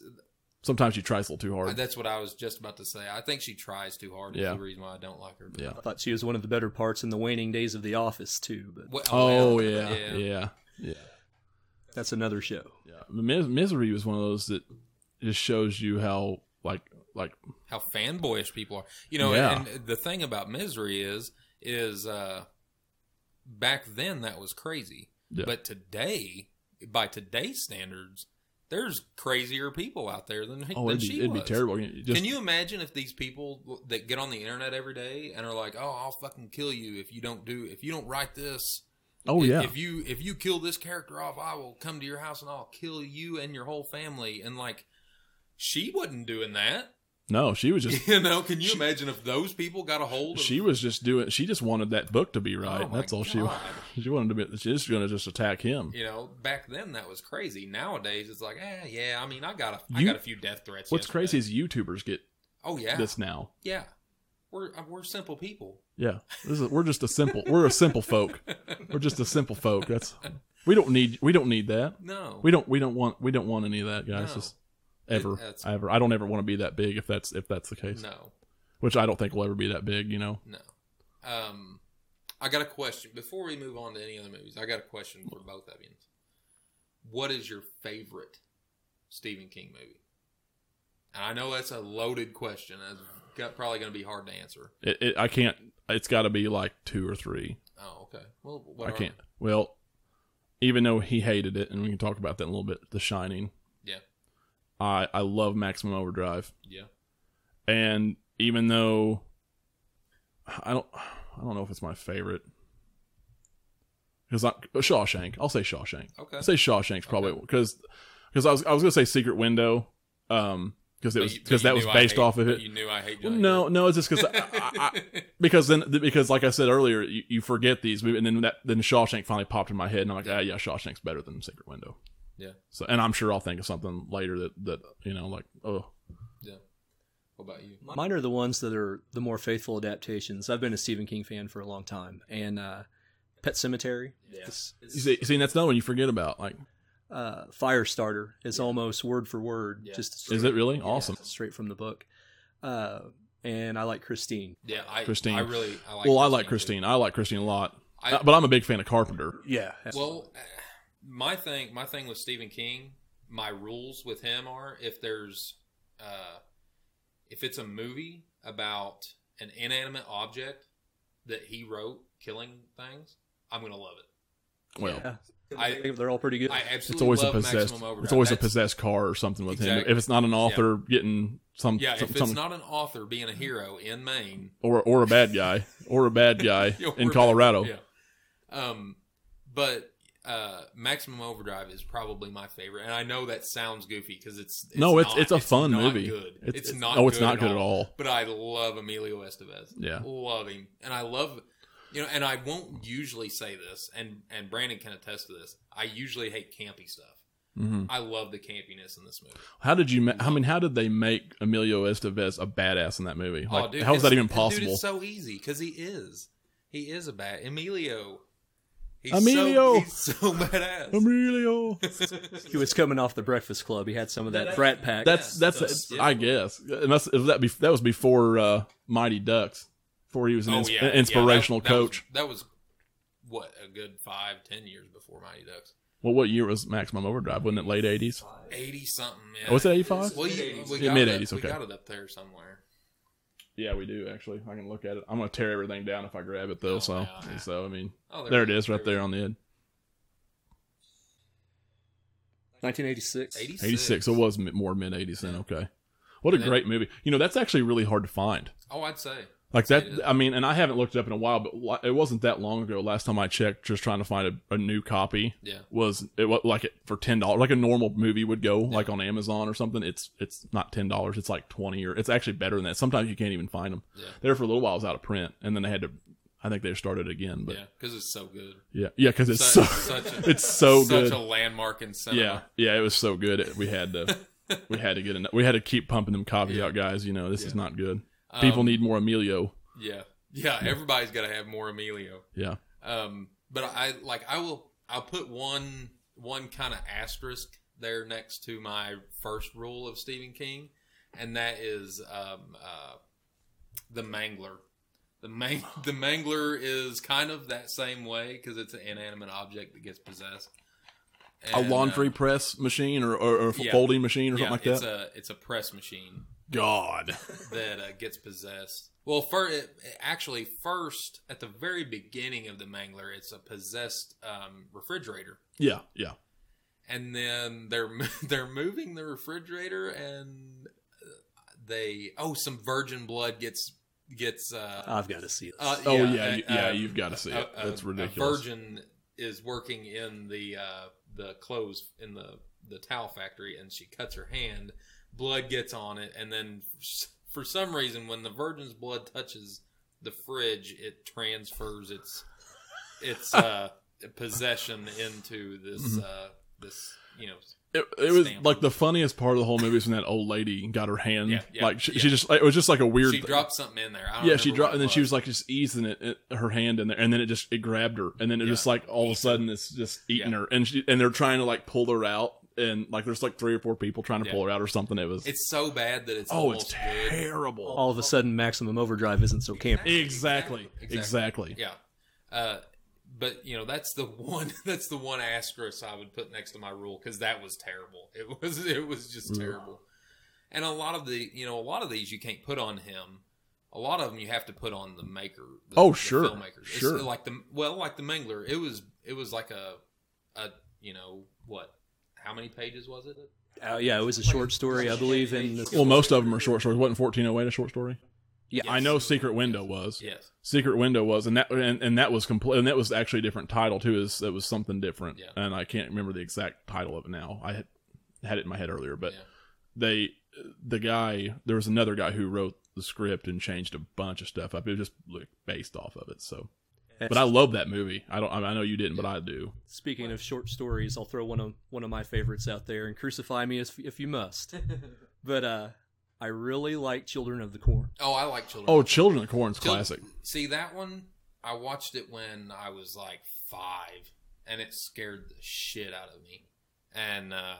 Speaker 1: Sometimes she tries a little too hard.
Speaker 2: That's what I was just about to say. I think she tries too hard. Is
Speaker 1: Yeah.
Speaker 2: the reason why I don't like her.
Speaker 1: Yeah.
Speaker 3: I thought she was one of the better parts in the waning days of The Office too, but
Speaker 2: Well,
Speaker 1: oh
Speaker 2: well,
Speaker 1: yeah, yeah, yeah, yeah.
Speaker 3: that's another show.
Speaker 1: Mis- Misery was one of those that just shows you how like like
Speaker 2: How fanboyish people are. You know,
Speaker 1: Yeah.
Speaker 2: and, and the thing about misery is, is uh, back then that was crazy,
Speaker 1: Yeah.
Speaker 2: but today, by today's standards, there's crazier people out there than,
Speaker 1: oh
Speaker 2: than
Speaker 1: it'd,
Speaker 2: she
Speaker 1: be, it'd be
Speaker 2: was.
Speaker 1: terrible. You Just,
Speaker 2: Can you imagine if these people that get on the internet every day and are like, "Oh, I'll fucking kill you if you don't do if you don't write this."
Speaker 1: Oh
Speaker 2: if,
Speaker 1: yeah,
Speaker 2: If you if you kill this character off, I will come to your house and I'll kill you and your whole family. And like, she wasn't doing that.
Speaker 1: no, she was just
Speaker 2: you know? Can you imagine if those people got a hold of?
Speaker 1: she was just doing. She just wanted that book to be right.
Speaker 2: Oh, my
Speaker 1: That's all she wanted.
Speaker 2: God.
Speaker 1: She wanted to be. She's going to just attack him.
Speaker 2: You know, back then that was crazy. Nowadays it's like, eh, yeah. I mean, I got a I
Speaker 1: You-
Speaker 2: got a few death threats.
Speaker 1: What's
Speaker 2: yesterday.
Speaker 1: crazy is YouTubers get
Speaker 2: Oh yeah,
Speaker 1: this now.
Speaker 2: yeah. We're uh, we're simple people.
Speaker 1: Yeah, this is, we're just a simple. We're a simple folk. We're just a simple folk. That's we don't need. We don't need that.
Speaker 2: No,
Speaker 1: We don't. We don't want. We don't want any of that, guys.
Speaker 2: No.
Speaker 1: Just ever,
Speaker 2: that's-
Speaker 1: ever. I don't ever want to be that big if that's if that's the case.
Speaker 2: no.
Speaker 1: Which I don't think will ever be that big. You know.
Speaker 2: No. Um, I got a question before we move on to any other movies. I got a question for both of you. What is your favorite Stephen King movie? And I know that's a loaded question. That's got, probably going to be hard to answer.
Speaker 1: It, it, I can't. It's got to be like two or three.
Speaker 2: Oh, okay. Well, what
Speaker 1: I
Speaker 2: are-
Speaker 1: can't. Well, even though he hated it, and we can talk about that in a little bit. The Shining.
Speaker 2: Yeah.
Speaker 1: I I love Maximum Overdrive,
Speaker 2: Yeah.
Speaker 1: and even though I don't I don't know if it's my favorite because I Shawshank. I'll say Shawshank.
Speaker 2: Okay.
Speaker 1: I'll say Shawshank's probably because because I was I was gonna say Secret Window, um, because it
Speaker 2: But
Speaker 1: was
Speaker 2: you- but
Speaker 1: because
Speaker 2: you
Speaker 1: that was
Speaker 2: knew I
Speaker 1: based
Speaker 2: hate-
Speaker 1: off of
Speaker 2: but
Speaker 1: it.
Speaker 2: You knew I hate
Speaker 1: Well,
Speaker 2: Johnny
Speaker 1: no,
Speaker 2: Depp.
Speaker 1: no, it's just because I, I, because then because like I said earlier, you, you forget these movies, and then that then Shawshank finally popped in my head, and I'm like, ah, yeah, Shawshank's better than Secret Window.
Speaker 2: Yeah.
Speaker 1: So, and I'm sure I'll think of something later that that you know, like, oh,
Speaker 2: what about you?
Speaker 3: Mine are the ones that are the more faithful adaptations. I've been a Stephen King fan for a long time, and uh, Pet Cemetery,
Speaker 2: Yeah.
Speaker 3: is-
Speaker 1: you see, see, that's another one you forget about. Like,
Speaker 3: uh, Firestarter is almost word for word,
Speaker 2: Yeah.
Speaker 3: just
Speaker 1: is it really awesome?
Speaker 3: straight from the book. Uh, and I like Christine.
Speaker 2: Yeah, I,
Speaker 1: Christine.
Speaker 2: I really I like
Speaker 1: well, I like
Speaker 2: too.
Speaker 1: Christine. I like Christine a lot,
Speaker 2: I-
Speaker 1: Uh, but I'm a big fan of Carpenter.
Speaker 3: Yeah.
Speaker 2: Well, uh, my thing, my thing with Stephen King, my rules with him are if there's, uh, if it's a movie about an inanimate object that he wrote killing things, I'm gonna love it.
Speaker 1: Well,
Speaker 3: Yeah. I
Speaker 2: I-
Speaker 3: think they're all pretty good.
Speaker 2: I
Speaker 1: it's
Speaker 2: absolutely
Speaker 1: always a
Speaker 2: love
Speaker 1: possessed.
Speaker 2: Maximum Overdrive.
Speaker 1: It's always a
Speaker 2: That's-
Speaker 1: possessed car or something with him.
Speaker 2: Exactly.
Speaker 1: If it's not an author getting some,
Speaker 2: Yeah,
Speaker 1: some,
Speaker 2: if it's
Speaker 1: some-
Speaker 2: not an author being a hero in Maine,
Speaker 1: or or a bad guy or a bad guy
Speaker 2: Yeah,
Speaker 1: in
Speaker 2: we're-
Speaker 1: Colorado.
Speaker 2: Yeah. Um, but uh, Maximum Overdrive is probably my favorite, and I know that sounds goofy because it's,
Speaker 1: no, it's
Speaker 2: not-
Speaker 1: it's a fun
Speaker 2: not
Speaker 1: movie.
Speaker 2: Good. It's, not.
Speaker 1: Oh,
Speaker 2: good
Speaker 1: it's not good at all.
Speaker 2: But I love Emilio Estevez.
Speaker 1: Yeah.
Speaker 2: love him, and I love. You know, and I won't usually say this, and and Brandon can attest to this. I usually hate campy stuff.
Speaker 1: hmm
Speaker 2: I love the campiness in this movie.
Speaker 1: How did you? Ma- I mean, how did they make Emilio Estevez a badass in that movie? Like,
Speaker 2: oh, dude,
Speaker 1: how is that
Speaker 2: it's-
Speaker 1: even possible?
Speaker 2: Dude, it's so easy because he is. He is a bad Emilio. He's
Speaker 1: Emilio!
Speaker 2: so, he's so badass.
Speaker 1: Emilio.
Speaker 3: he was coming off the Breakfast Club. He had some of that frat pack.
Speaker 1: That's
Speaker 2: Yes,
Speaker 1: that's.
Speaker 2: that's-
Speaker 1: I guess unless if that be, that was before uh, Mighty Ducks, before he was an
Speaker 2: Oh,
Speaker 1: ins-
Speaker 2: yeah, yeah, that-
Speaker 1: inspirational
Speaker 2: that was-
Speaker 1: coach.
Speaker 2: That was, what a good five, ten years before Mighty Ducks.
Speaker 1: well, what year was Maximum Overdrive? Wasn't it late eighties?
Speaker 2: Eighty something. Yeah.
Speaker 1: Oh, was it eighty five?
Speaker 2: Well, you, we
Speaker 1: Yeah,
Speaker 2: got
Speaker 1: mid-eighties,
Speaker 2: it up-
Speaker 1: okay.
Speaker 2: We got it up there somewhere.
Speaker 1: Yeah, we do actually. I can look at it. I'm gonna tear everything down if I grab it though.
Speaker 2: Oh,
Speaker 1: so
Speaker 2: yeah.
Speaker 1: so I mean,
Speaker 2: Oh,
Speaker 1: there it is right there on the end.
Speaker 3: 1986.
Speaker 2: 86.
Speaker 1: 86 it was mi- more mid 80s then okay what a
Speaker 2: And then-
Speaker 1: great movie you know that's actually really hard to find
Speaker 2: Oh, I'd say.
Speaker 1: like that
Speaker 2: It is.
Speaker 1: i mean and i haven't looked it up in a while but li- it wasn't that long ago last time i checked just trying to find a, a new copy
Speaker 2: Yeah.
Speaker 1: was it was like it for ten dollars like a normal movie would go like on amazon or something it's it's not ten dollars it's like 20 or it's actually better than that sometimes you can't even find them
Speaker 2: Yeah.
Speaker 1: there for a little while it was out of print and then they had to i think they started again but
Speaker 2: yeah. Because it's so good.
Speaker 1: yeah yeah because it's so,
Speaker 2: Such, such a,
Speaker 1: it's so
Speaker 2: such
Speaker 1: good
Speaker 2: a landmark in cinema.
Speaker 1: yeah, yeah, it was so good. It- We had to, we had to get enough. We had to keep pumping them copies out, guys. You know, this is not good. People
Speaker 2: Um,
Speaker 1: need more Emilio.
Speaker 2: Yeah. Yeah. Everybody's got to have more Emilio.
Speaker 1: Yeah,
Speaker 2: Um, but I like I will I'll put one one kind of asterisk there next to my first rule of Stephen King, and that is um, uh, the Mangler. The mang- the Mangler is kind of that same way because it's an inanimate object that gets possessed.
Speaker 1: a
Speaker 2: And, uh,
Speaker 1: laundry press machine or, or, or a
Speaker 2: yeah.
Speaker 1: folding machine or
Speaker 2: yeah,
Speaker 1: something like
Speaker 2: it's
Speaker 1: that.
Speaker 2: a it's a press machine
Speaker 1: God.
Speaker 2: that uh, gets possessed. Well, fir- it, actually, first at the very beginning of the Mangler, it's a possessed um, refrigerator,
Speaker 1: Yeah, yeah.
Speaker 2: and then they're mo- they're moving the refrigerator, and uh, they oh, some virgin blood gets gets. Uh,
Speaker 3: I've got to see this.
Speaker 2: uh,
Speaker 1: Oh yeah,
Speaker 2: a-
Speaker 1: you- yeah.
Speaker 2: um,
Speaker 1: you've got to see it.
Speaker 2: a- a-
Speaker 1: That's
Speaker 2: a
Speaker 1: ridiculous.
Speaker 2: virgin is working in the uh, the clothes in the the towel factory, and she cuts her hand. Blood gets on it, and then s- for some reason, when the virgin's blood touches the fridge, it transfers its its uh, possession into
Speaker 1: Mm-hmm.
Speaker 2: this uh, this you know
Speaker 1: It, it was
Speaker 2: Stamp.
Speaker 1: like the funniest part of the whole movie is when that old lady got her hand
Speaker 2: Yeah, yeah,
Speaker 1: like she,
Speaker 2: yeah.
Speaker 1: she just like, it was just like a weird.
Speaker 2: she dropped something in there. I don't
Speaker 1: yeah, she
Speaker 2: remember
Speaker 1: dropped,
Speaker 2: what
Speaker 1: and
Speaker 2: it
Speaker 1: then she was like just easing it, it- her hand in there, and then it just it grabbed her, and then it
Speaker 2: Yeah.
Speaker 1: just like all of a sudden it's just eating
Speaker 2: Yeah.
Speaker 1: her, and she and they're trying to like pull her out, and like there's like three or four people trying to
Speaker 2: Yeah.
Speaker 1: pull her out or something. It was
Speaker 2: it's so bad that it's
Speaker 1: oh, it's
Speaker 2: almost good.
Speaker 1: terrible.
Speaker 3: All of a sudden, maximum overdrive isn't so campy.
Speaker 1: Exactly,
Speaker 2: Exactly.
Speaker 1: exactly.
Speaker 2: Yeah. Uh, but you know that's the one that's the one asterisk I would put next to my rule because that was terrible. It was it was just
Speaker 1: Mm.
Speaker 2: terrible. And a lot of the you know a lot of these you can't put on him. A lot of them you have to put on the maker. The,
Speaker 1: Oh,
Speaker 2: the
Speaker 1: sure.
Speaker 2: filmmaker. It's
Speaker 1: Sure.
Speaker 2: like the well like the Mangler. It was it was like a a you know what how many pages was it?
Speaker 3: Uh, yeah, it was a short story, I believe. In the,
Speaker 1: Well, most of them are short stories. Wasn't 1408 a short story?
Speaker 3: yeah,
Speaker 1: I know Secret Window was.
Speaker 2: Yes.
Speaker 1: Secret Window was, and that and, and that was complete, and that was actually a different title too. Is it was something different,
Speaker 2: Yeah.
Speaker 1: and I can't remember the exact title of it now. I had had it in my head earlier, but
Speaker 2: Yeah.
Speaker 1: they the guy there was another guy who wrote the script and changed a bunch of stuff up. It was just like based off of it. So, but I love that movie. I don't. I, mean, I know you didn't, but I do.
Speaker 3: Speaking of short stories, I'll throw one of one of my favorites out there and crucify me if, if you must. but uh, I really like Children of the Corn.
Speaker 2: Oh, I like children.
Speaker 1: Oh, Children of Corn's
Speaker 2: Chil-
Speaker 1: classic.
Speaker 2: See that one? I watched it when I was like five, and it scared the shit out of me. And uh,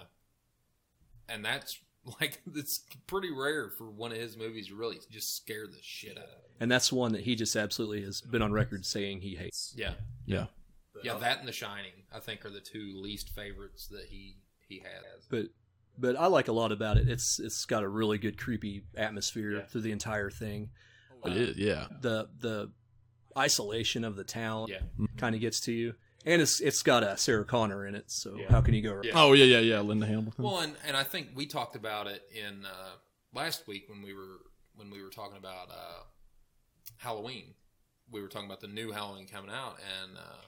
Speaker 2: and that's like it's pretty rare for one of his movies to really just scare the shit out of me.
Speaker 3: And that's one that he just absolutely has been on record saying he hates.
Speaker 2: Yeah,
Speaker 1: Yeah,
Speaker 2: yeah. That and The Shining, I think, are the two least favorites that he he has.
Speaker 3: But but I like a lot about it. It's it's got a really good creepy atmosphere
Speaker 2: Yeah.
Speaker 3: through the entire thing.
Speaker 1: it is. Yeah,
Speaker 3: The the isolation of the town
Speaker 2: Yeah,
Speaker 3: kind of gets to you. And it's it's got uh, Sarah Connor in it, so
Speaker 2: Yeah.
Speaker 3: how can you go wrong?
Speaker 2: Yeah.
Speaker 1: Oh yeah, yeah, yeah. Linda Hamilton.
Speaker 2: Well, and, and I think we talked about it in uh, last week when we were when we were talking about uh, Halloween. We were talking about the new Halloween coming out, and uh,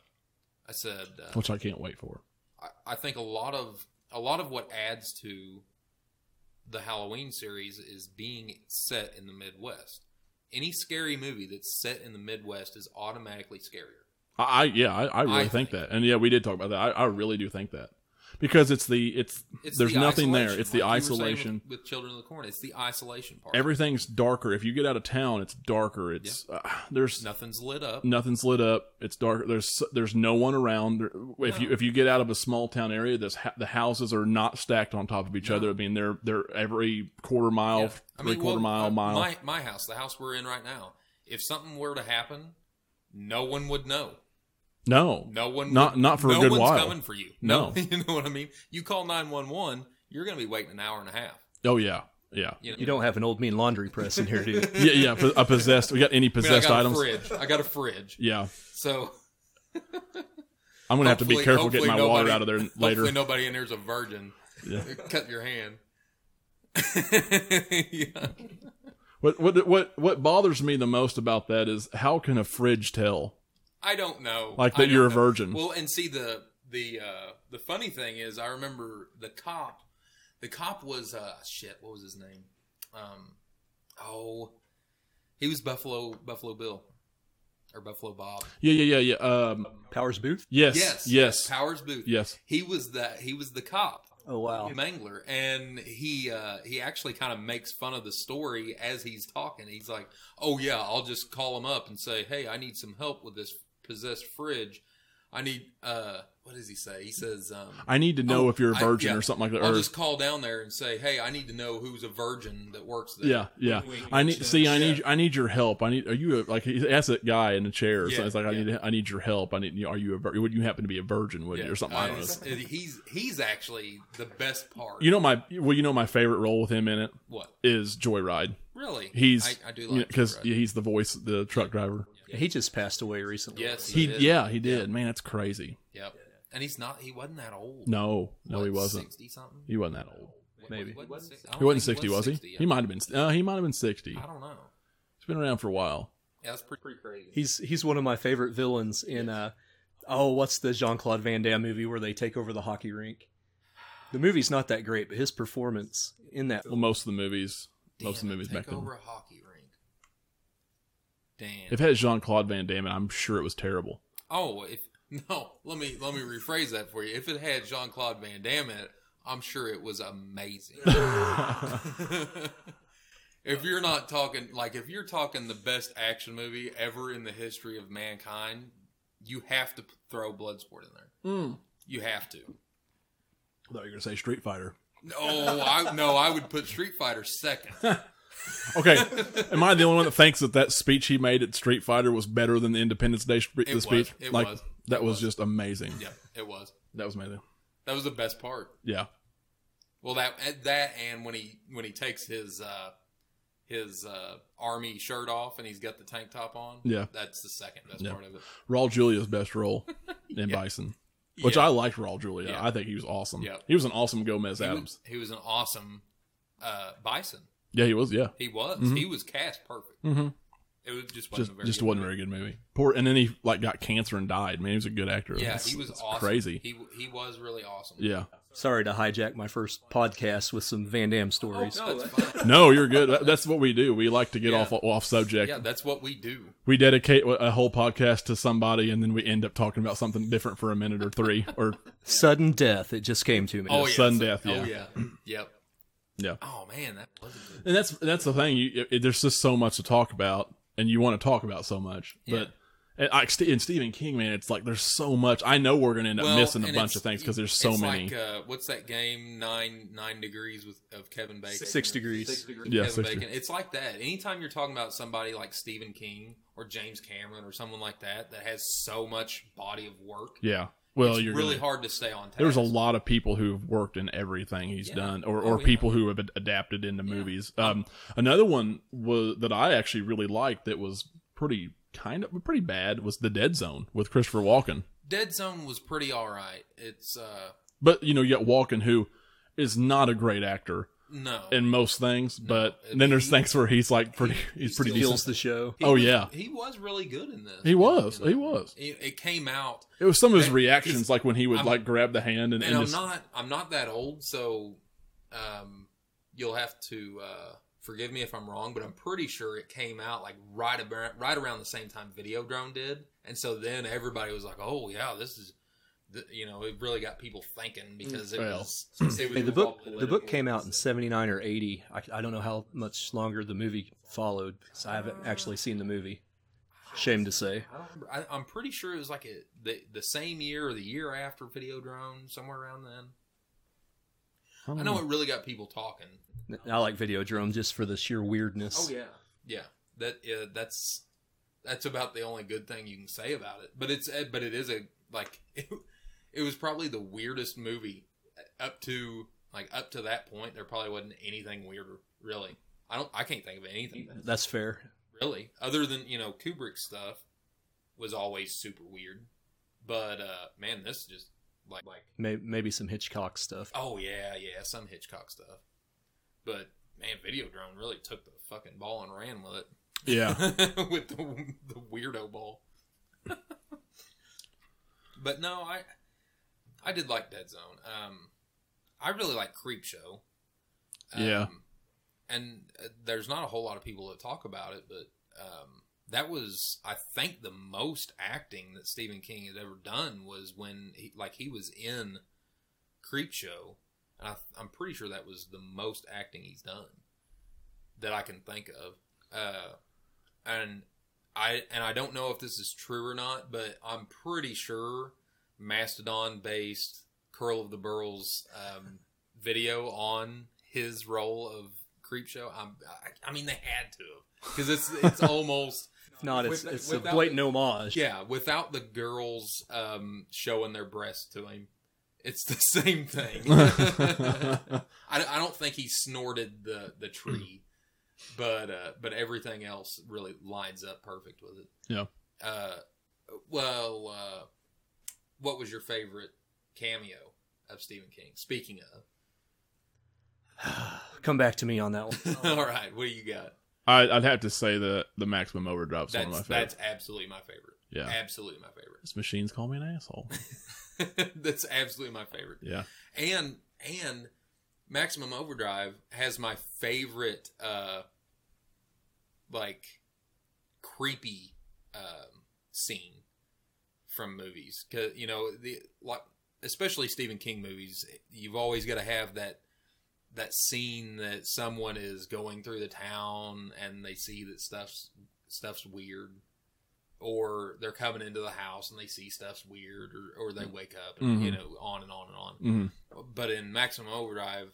Speaker 2: I said uh,
Speaker 1: which I can't wait for.
Speaker 2: I, I think a lot of a lot of what adds to the Halloween series is being set in the Midwest. Any scary movie that's set in the Midwest is automatically scarier.
Speaker 1: I, I yeah, I, I really
Speaker 2: I
Speaker 1: think,
Speaker 2: think-
Speaker 1: that, and yeah, we did talk about that. I, I really do think that because it's the it's
Speaker 2: It's
Speaker 1: There's
Speaker 2: the
Speaker 1: nothing there.
Speaker 2: isolation,
Speaker 1: It's the
Speaker 2: like you were saying
Speaker 1: isolation.
Speaker 2: with, with Children of the Corn. It's the isolation part.
Speaker 1: everything's darker. If you get out of town, it's darker. It's uh, there's
Speaker 2: nothing's lit up.
Speaker 1: nothing's lit up. It's dark. There's there's no one around. There- If you
Speaker 2: No.
Speaker 1: if you get out of a small town area, this ha- the houses are not stacked on top of each
Speaker 2: No.
Speaker 1: other. I mean, they're they're every quarter mile,
Speaker 2: Yeah. I
Speaker 1: three
Speaker 2: mean,
Speaker 1: quarter
Speaker 2: well,
Speaker 1: mile,
Speaker 2: uh,
Speaker 1: mile.
Speaker 2: My, my house, the house we're in right now, if something were to happen, no one would know.
Speaker 1: no,
Speaker 2: No one,
Speaker 1: Not-
Speaker 2: would-
Speaker 1: not for a
Speaker 2: no
Speaker 1: good
Speaker 2: one's
Speaker 1: while.
Speaker 2: Coming for you.
Speaker 1: No.
Speaker 2: you know what I mean. You call nine one one, you're going to be waiting an hour and a half.
Speaker 1: oh yeah, yeah,
Speaker 2: You, know?
Speaker 3: You don't have an old mean laundry press in here, do you?
Speaker 1: yeah, yeah. po- A possessed. We got any
Speaker 2: I mean, I
Speaker 1: possessed
Speaker 2: got
Speaker 1: items?
Speaker 2: a fridge. I got a fridge.
Speaker 1: Yeah,
Speaker 2: So
Speaker 1: I'm gonna have to be
Speaker 2: hopefully-
Speaker 1: careful getting my
Speaker 2: hopefully
Speaker 1: water
Speaker 2: nobody-
Speaker 1: out of there
Speaker 2: Hopefully
Speaker 1: later.
Speaker 2: nobody in there's a virgin.
Speaker 1: Yeah.
Speaker 2: Cut your hand. yeah.
Speaker 1: What what what what bothers me the most about that is how can a fridge tell?
Speaker 2: I don't know.
Speaker 1: Like
Speaker 2: I
Speaker 1: that
Speaker 2: don't
Speaker 1: you're a
Speaker 2: know.
Speaker 1: virgin.
Speaker 2: Well, and see the the uh, the funny thing is, I remember the cop. The cop was uh, shit. What was his name? Um, oh, he was Buffalo Buffalo Bill or Buffalo Bob.
Speaker 1: Yeah, yeah, yeah, yeah. Um,
Speaker 3: Powers Booth?
Speaker 1: yes, yes, yes,
Speaker 2: Powers Booth.
Speaker 1: yes.
Speaker 2: He was the he was the cop.
Speaker 3: Oh wow.
Speaker 2: Mangler, and he uh, he actually kind of makes fun of the story as he's talking. He's like, "Oh yeah, I'll just call him up and say, hey, I need some help with this possessed fridge. I need uh what does he say? He says um
Speaker 1: I need to know
Speaker 2: Oh,
Speaker 1: if you're a
Speaker 2: I-
Speaker 1: virgin
Speaker 2: yeah.
Speaker 1: or something like that.
Speaker 2: I'll
Speaker 1: or-
Speaker 2: just call down there and say, "Hey, I need to know who's a virgin that works there."
Speaker 1: yeah, yeah.
Speaker 2: Wink, wink,
Speaker 1: I need
Speaker 2: nudge,
Speaker 1: see. I
Speaker 2: nudge.
Speaker 1: need. I need your help. I need. Are you a, like? He asked that guy in the chair. Or
Speaker 2: Yeah,
Speaker 1: something. It's like I
Speaker 2: yeah.
Speaker 1: need. I need your help. I need. Are you a? vir- Would you happen to be a virgin? Would you or something? I
Speaker 2: Uh,
Speaker 1: don't know.
Speaker 2: it's- it- he's he's actually the best part.
Speaker 1: You know my. Well, you know my favorite role with him in it
Speaker 2: what?
Speaker 1: is Joyride.
Speaker 2: Really?
Speaker 1: He's
Speaker 2: I, I do like
Speaker 1: because
Speaker 2: Joyride.
Speaker 1: he's the voice, the truck driver.
Speaker 3: He just passed away recently.
Speaker 2: Yes,
Speaker 1: He
Speaker 2: did.
Speaker 1: yeah, he did. Man, that's crazy.
Speaker 2: Yep. And he's not. He wasn't that old.
Speaker 1: No, no, he
Speaker 2: What,
Speaker 1: wasn't.
Speaker 2: Sixty something.
Speaker 1: He wasn't that old.
Speaker 3: Maybe.
Speaker 2: He wasn't, six- I don't
Speaker 1: He wasn't
Speaker 2: think
Speaker 1: sixty, was he?
Speaker 2: 60, yeah.
Speaker 1: He might have been. Uh, he might have been sixty.
Speaker 2: I don't know.
Speaker 1: He's been around for a while.
Speaker 2: Yeah, that's pretty, pretty crazy.
Speaker 3: He's he's one of my favorite villains in uh oh, what's the Jean Claude Van Damme movie where they take over the hockey rink? The movie's not that great, but his performance in that
Speaker 1: Well, most of the movies. Most of the
Speaker 2: Damn,
Speaker 1: movies
Speaker 2: take
Speaker 1: back then.
Speaker 2: over a hockey rink. Damn.
Speaker 1: If it had Jean Claude Van Damme, I'm sure it was terrible.
Speaker 2: oh, if no, let me let me rephrase that for you. If it had Jean Claude Van Damme in it, I'm sure it was amazing. if you're not talking like if you're talking the best action movie ever in the history of mankind, you have to p- throw Bloodsport in there.
Speaker 1: Mm.
Speaker 2: You have to.
Speaker 1: I thought you were gonna say Street Fighter.
Speaker 2: No, I no, I would put Street Fighter second.
Speaker 1: Okay, am I the only one that thinks that that speech he made at Street Fighter was better than the Independence Day spe- the
Speaker 2: was,
Speaker 1: speech?
Speaker 2: it
Speaker 1: like
Speaker 2: was,
Speaker 1: that
Speaker 2: it
Speaker 1: was,
Speaker 2: was.
Speaker 1: just amazing.
Speaker 2: Yeah, it was.
Speaker 1: That was amazing.
Speaker 2: That was the best part.
Speaker 1: Yeah,
Speaker 2: Well, that that and when he when he takes his uh, his uh, army shirt off and he's got the tank top on.
Speaker 1: Yeah.
Speaker 2: that's the second best
Speaker 1: Yeah.
Speaker 2: part of it.
Speaker 1: Raul Julia's best role in
Speaker 2: Yeah.
Speaker 1: Bison, which
Speaker 2: Yeah.
Speaker 1: I liked. Raul Julia,
Speaker 2: Yeah.
Speaker 1: I think he was awesome.
Speaker 2: Yeah.
Speaker 1: He was an awesome Gomez
Speaker 2: he was-
Speaker 1: Adams.
Speaker 2: he was, an awesome uh, bison.
Speaker 1: yeah, he was. Yeah,
Speaker 2: He was.
Speaker 1: Mhm.
Speaker 2: He was cast perfect.
Speaker 1: mm-hmm.
Speaker 2: It was just wasn't
Speaker 1: just
Speaker 2: a very
Speaker 1: just
Speaker 2: good
Speaker 1: wasn't a
Speaker 2: movie.
Speaker 1: very good movie. Poor, and then he like got cancer and died. Man, he was a good actor.
Speaker 2: Yeah,
Speaker 1: That's-
Speaker 2: he was
Speaker 1: that's
Speaker 2: awesome.
Speaker 1: Crazy.
Speaker 2: He he was really awesome.
Speaker 1: yeah.
Speaker 3: sorry to hijack my first podcast with some Van Damme stories.
Speaker 2: Oh, No, that's fine.
Speaker 1: No, you're good. That- That's what we do. We like to get
Speaker 2: Yeah.
Speaker 1: off off subject.
Speaker 2: yeah, that's what we do.
Speaker 1: we dedicate a whole podcast to somebody and then we end up talking about something different for a minute or three or
Speaker 3: Sudden death, it just came to me.
Speaker 2: Oh yeah,
Speaker 1: sudden
Speaker 2: so-
Speaker 1: death,
Speaker 2: Oh
Speaker 1: yeah.
Speaker 2: yeah, yep.
Speaker 1: Yeah.
Speaker 2: Oh man, that was a good.
Speaker 1: and that's that's the thing you it, there's just so much to talk about and you want to talk about so much
Speaker 2: Yeah.
Speaker 1: but and I, in Stephen King man it's like there's so much I know we're going to end up
Speaker 2: Well,
Speaker 1: missing a
Speaker 2: and
Speaker 1: bunch
Speaker 2: it's-
Speaker 1: of things because there's so
Speaker 2: it's
Speaker 1: many
Speaker 2: Like, uh, what's that game? Nine nine degrees with of Kevin Bacon.
Speaker 3: Six degrees. Six
Speaker 1: Yeah,
Speaker 2: Kevin
Speaker 1: six
Speaker 2: Bacon.
Speaker 1: degrees.
Speaker 2: It's like that. Anytime you're talking about somebody like Stephen King or James Cameron or someone like that that has so much body of work,
Speaker 1: yeah well
Speaker 2: it's
Speaker 1: you're
Speaker 2: really
Speaker 1: gonna,
Speaker 2: hard to stay on. Task.
Speaker 1: there's a lot of people who have worked in everything he's
Speaker 2: Yeah.
Speaker 1: done, or,
Speaker 2: Oh,
Speaker 1: or
Speaker 2: yeah.
Speaker 1: people who have ad- adapted into movies. Um, another one was that I actually really liked that was pretty kind of pretty bad was The Dead Zone with Christopher Walken.
Speaker 2: Dead Zone was pretty all right. It's uh
Speaker 1: But you know, you got Walken who is not a great actor
Speaker 2: no.
Speaker 1: in most things, but
Speaker 2: it-
Speaker 1: then there's
Speaker 2: he-
Speaker 1: things where he's like pretty he's
Speaker 2: he
Speaker 1: pretty
Speaker 2: still-
Speaker 1: decent.
Speaker 3: Steals the show.
Speaker 2: He
Speaker 1: oh,
Speaker 2: was-
Speaker 1: yeah.
Speaker 2: he was really good in this.
Speaker 1: He was, he was.
Speaker 2: It, it came out,
Speaker 1: It was some of his
Speaker 2: and
Speaker 1: reactions
Speaker 2: he's-
Speaker 1: like when he would
Speaker 2: I'm-
Speaker 1: like grab the hand and,
Speaker 2: and,
Speaker 1: and
Speaker 2: I'm
Speaker 1: just-
Speaker 2: not I'm not that old, so um, you'll have to uh, forgive me if I'm wrong, but I'm pretty sure it came out like right about right around the same time Videodrome did, and so then everybody was like, "Oh yeah, this is," th- you know, it really got people thinking because it
Speaker 1: Well.
Speaker 2: was, it was
Speaker 3: Mm, Hey, the
Speaker 2: all
Speaker 3: book the
Speaker 2: political.
Speaker 3: book came out in 79 or 80. I, I don't know how much longer the movie followed because I haven't actually seen the movie. Shame to say.
Speaker 2: I don't remember. I, I'm pretty sure it was like a, the the same year or the year after Videodrome, somewhere around then.
Speaker 1: don't
Speaker 2: I know
Speaker 3: Hmm.
Speaker 2: it really got people talking.
Speaker 3: I like Videodrome just for the sheer weirdness.
Speaker 2: yeah, yeah. That uh, that's that's about the only good thing you can say about it. But it's uh, but it is a like it, was probably the weirdest movie up to like up to that point. There probably wasn't anything weirder really. I don't I can't think of anything
Speaker 3: That's fair.
Speaker 2: really other than you know Kubrick stuff was always super weird. But uh man, this just like like
Speaker 3: May, maybe some Hitchcock stuff.
Speaker 2: Oh yeah, yeah, some Hitchcock stuff. But man, Videodrome really took the fucking ball and ran with it.
Speaker 1: Yeah.
Speaker 2: with the, the weirdo ball. but no, I I did like Dead Zone. Um, I really like Creep Show. Um,
Speaker 1: Yeah.
Speaker 2: And uh, there's not a whole lot of people that talk about it, but um, that was, I think, the most acting that Stephen King had ever done was when, he, like, he was in Creep Show, and I, I'm pretty sure that was the most acting he's done that I can think of. Uh, and I and I don't know if this is true or not, but I'm pretty sure Mastodon based Curl of the Burls um, video on his role of Creepshow. I'm, I, I mean, they had to because it's it's almost
Speaker 3: If not, it's,
Speaker 2: With-
Speaker 3: it's a
Speaker 2: without-
Speaker 3: blatant homage.
Speaker 2: yeah without the girls um, showing their breasts to him. It's the same thing. I, I don't think he snorted the the
Speaker 1: Mm.
Speaker 2: tree, but uh, but everything else really lines up perfect with it.
Speaker 1: Yeah.
Speaker 2: Uh, well, uh, what was your favorite cameo of Stephen King? Speaking of,
Speaker 3: Come back to me on that one.
Speaker 2: all right, what do you got?
Speaker 1: I, I'd have to say the the Maximum Overdrive's one of my
Speaker 2: That's
Speaker 1: favorites.
Speaker 2: that's absolutely my favorite.
Speaker 1: yeah,
Speaker 2: Absolutely my favorite.
Speaker 1: this machine's call me an asshole.
Speaker 2: that's absolutely my favorite.
Speaker 1: Yeah,
Speaker 2: and and maximum overdrive has my favorite uh like creepy um scene from movies 'Cause, you know the like especially stephen king movies you've always got to have that that scene that someone is going through the town and they see that stuff's stuff's weird or they're coming into the house and they see stuff's weird or, or they wake up and you know on and on and on
Speaker 1: hmm
Speaker 2: but in Maximum Overdrive,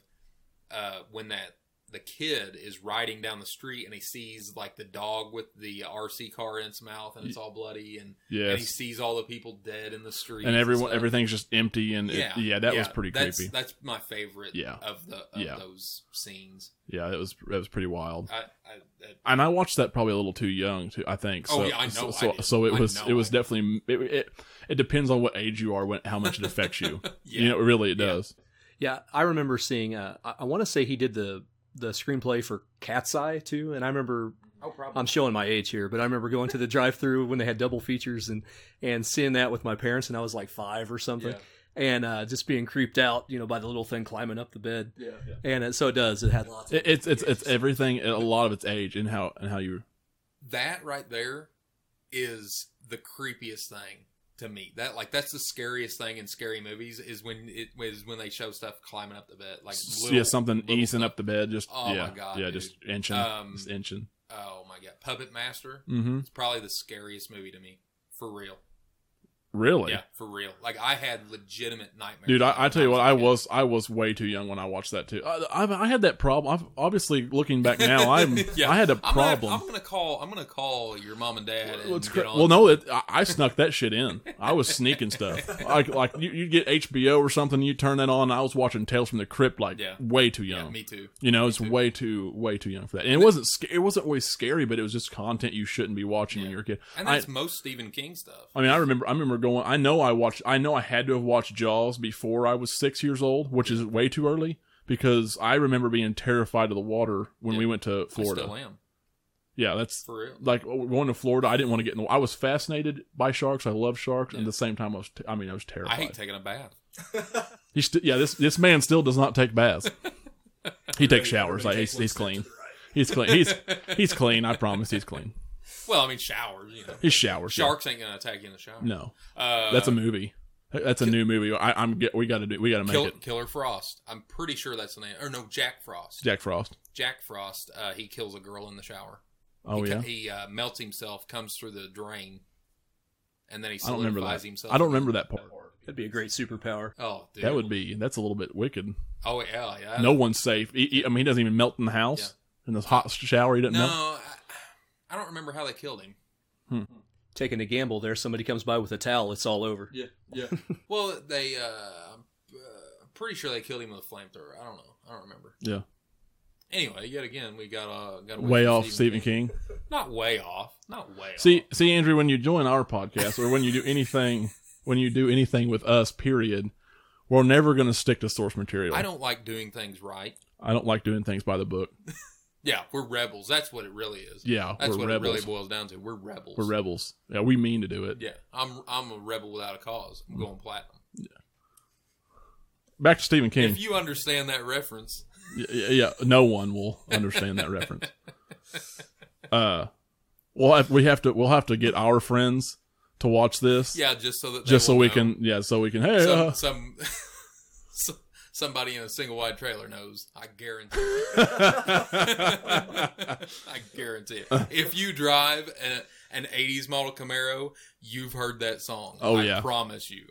Speaker 2: uh, when that the kid is riding down the street and he sees like the dog with the RC car in its mouth and it's all bloody and, and he
Speaker 1: yes,
Speaker 2: sees all the people dead in the street
Speaker 1: and, everyone
Speaker 2: stuff.
Speaker 1: everything's just empty and it- yeah, that was pretty
Speaker 2: that's,
Speaker 1: creepy.
Speaker 2: That's my favorite.
Speaker 1: Yeah.
Speaker 2: of the of
Speaker 1: Yeah.
Speaker 2: those scenes.
Speaker 1: yeah, it was that was pretty wild.
Speaker 2: I, I, uh, that-
Speaker 1: and I watched that probably a little too young too. I think. So,
Speaker 2: Oh, yeah, I know
Speaker 1: So
Speaker 2: I
Speaker 1: so,
Speaker 2: did.
Speaker 1: so it
Speaker 2: I
Speaker 1: was
Speaker 2: know
Speaker 1: it was
Speaker 2: I did.
Speaker 1: definitely it, it. It depends on what age you are, when, how much it affects you.
Speaker 2: yeah,
Speaker 1: You know, really, it
Speaker 2: Yeah.
Speaker 1: does.
Speaker 3: Yeah, I remember seeing. Uh, I, I want to say he did the the screenplay for Cat's Eye too, and I remember
Speaker 2: oh, probably.
Speaker 3: I'm showing my age here, but I remember going to the drive-through when they had double features and and seeing that with my parents, and I was like five or something,
Speaker 2: Yeah.
Speaker 3: and uh, just being creeped out, you know, by the little thing climbing up the bed.
Speaker 2: Yeah.
Speaker 3: And it, so it does. It had lots. Of,
Speaker 1: It, it's it's it's everything. A lot of its age and how and how you.
Speaker 2: that right there is the creepiest thing to me. That like that's the scariest thing in scary movies is when it is when they show stuff climbing up the bed, like
Speaker 1: s-
Speaker 2: little-
Speaker 1: yeah, something
Speaker 2: little
Speaker 1: easing
Speaker 2: stuff.
Speaker 1: up the bed. Just
Speaker 2: Oh my
Speaker 1: yeah,
Speaker 2: God,
Speaker 1: yeah,
Speaker 2: dude.
Speaker 1: just inching,
Speaker 2: Um,
Speaker 1: just inching.
Speaker 2: Oh my god, Puppet Master
Speaker 1: Mm-hmm.
Speaker 2: is probably the scariest movie to me, for real.
Speaker 1: Really,
Speaker 2: Yeah, for real. Like I had legitimate nightmares.
Speaker 1: dude.
Speaker 2: about it
Speaker 1: I, I
Speaker 2: when
Speaker 1: tell you what, I
Speaker 2: a kid.
Speaker 1: was I was way too young when I watched that too. I, I've, I had that problem. I've obviously looking back now, I'm
Speaker 2: Yeah.
Speaker 1: I had a
Speaker 2: I'm gonna have-
Speaker 1: problem.
Speaker 2: I'm gonna call. I'm gonna call your mom and dad. And
Speaker 1: Well, it's
Speaker 2: get
Speaker 1: cra-
Speaker 2: on
Speaker 1: well, no,
Speaker 2: to
Speaker 1: it, I, I snuck that shit in. I was sneaking stuff. Like, like you, you get HBO or something, you turn that on. I was watching Tales from the Crypt, like
Speaker 2: Yeah.
Speaker 1: way too
Speaker 2: Yeah,
Speaker 1: young.
Speaker 2: me too.
Speaker 1: you know, it's
Speaker 2: too.
Speaker 1: way too way too young for that. And it wasn't sc- it wasn't always scary, but it was just content you shouldn't be watching when
Speaker 2: Yeah.
Speaker 1: you're a kid.
Speaker 2: And
Speaker 1: I-
Speaker 2: that's most Stephen King stuff.
Speaker 1: I mean, I remember I remember going. I know I watched. I know I had to have watched Jaws before I was six years old, which is way too early because I remember being terrified of the water when
Speaker 2: Yeah.
Speaker 1: we went to
Speaker 2: I still
Speaker 1: Florida.
Speaker 2: am
Speaker 1: Yeah, that's
Speaker 2: for real.
Speaker 1: like going to Florida, I didn't want to get in the. I was fascinated by sharks. I love sharks, and at the same time, I was. T- I mean, I was terrified.
Speaker 2: I hate taking a bath.
Speaker 1: he st- yeah, this this man still does not take baths. He takes showers. Like he's, he's clean. He's clean. He's he's clean. I promise, he's clean.
Speaker 2: Well, I mean showers. You know,
Speaker 1: He showers. yeah.
Speaker 2: sharks ain't gonna attack you in the shower.
Speaker 1: No,
Speaker 2: uh,
Speaker 1: that's a movie. That's a new movie. I, I'm. get- We got to do. We got to make
Speaker 2: Kill,
Speaker 1: it.
Speaker 2: Killer Frost. I'm pretty sure that's the name. Or no, Jack Frost.
Speaker 1: Jack Frost.
Speaker 2: Jack Frost. Uh, he kills a girl in the shower.
Speaker 1: Oh
Speaker 2: he,
Speaker 1: yeah.
Speaker 2: co- He uh, melts himself, comes through the drain, and then he
Speaker 1: I don't remember
Speaker 2: solidifies
Speaker 1: that.
Speaker 2: himself.
Speaker 1: I don't remember that part.
Speaker 3: that'd be a great superpower.
Speaker 2: Oh, dude.
Speaker 1: That would be. That's a little bit wicked.
Speaker 2: Oh yeah. yeah.
Speaker 1: No one's safe. He- he- I mean, he doesn't even melt in the house. In this hot shower, he doesn't
Speaker 2: No.
Speaker 1: melt.
Speaker 2: I, I don't remember how they killed him.
Speaker 3: Taking a gamble there. Somebody comes by with a towel. It's all over.
Speaker 2: Yeah. Yeah. well, they. Uh, uh, I'm pretty sure they killed him with a flamethrower. I don't know. I don't remember.
Speaker 1: Yeah.
Speaker 2: Anyway, yet again, we got uh, got away
Speaker 1: Way
Speaker 2: from
Speaker 1: off, Stephen King.
Speaker 2: Not way off. Not way off.
Speaker 1: See, see, Andrew, when you join our podcast or when you do anything, when you do anything with us, period, we're never going to stick to source material.
Speaker 2: I don't like doing things right.
Speaker 1: I don't like doing things by the book.
Speaker 2: Yeah, we're rebels. That's what it really is.
Speaker 1: Yeah,
Speaker 2: That's
Speaker 1: we're
Speaker 2: what
Speaker 1: rebels.
Speaker 2: it really boils down to. We're rebels.
Speaker 1: we're rebels. Yeah, we mean to do it.
Speaker 2: Yeah, I'm I'm a rebel without a cause. I'm going platinum.
Speaker 1: Back to Stephen King.
Speaker 2: If you understand that reference,
Speaker 1: Y- y- yeah, no one will understand that reference. Uh, well, if we have to. We'll have to get our friends to watch this.
Speaker 2: yeah, just so that they
Speaker 1: Just so
Speaker 2: will
Speaker 1: we
Speaker 2: know.
Speaker 1: can, yeah, so we can. Hey, uh,
Speaker 2: some some, some- somebody in a single wide trailer knows. I guarantee. it.
Speaker 1: uh.
Speaker 2: I guarantee it. If you drive a, an '80s model Camaro, you've heard that song.
Speaker 1: Oh,
Speaker 2: I
Speaker 1: yeah.
Speaker 2: promise you.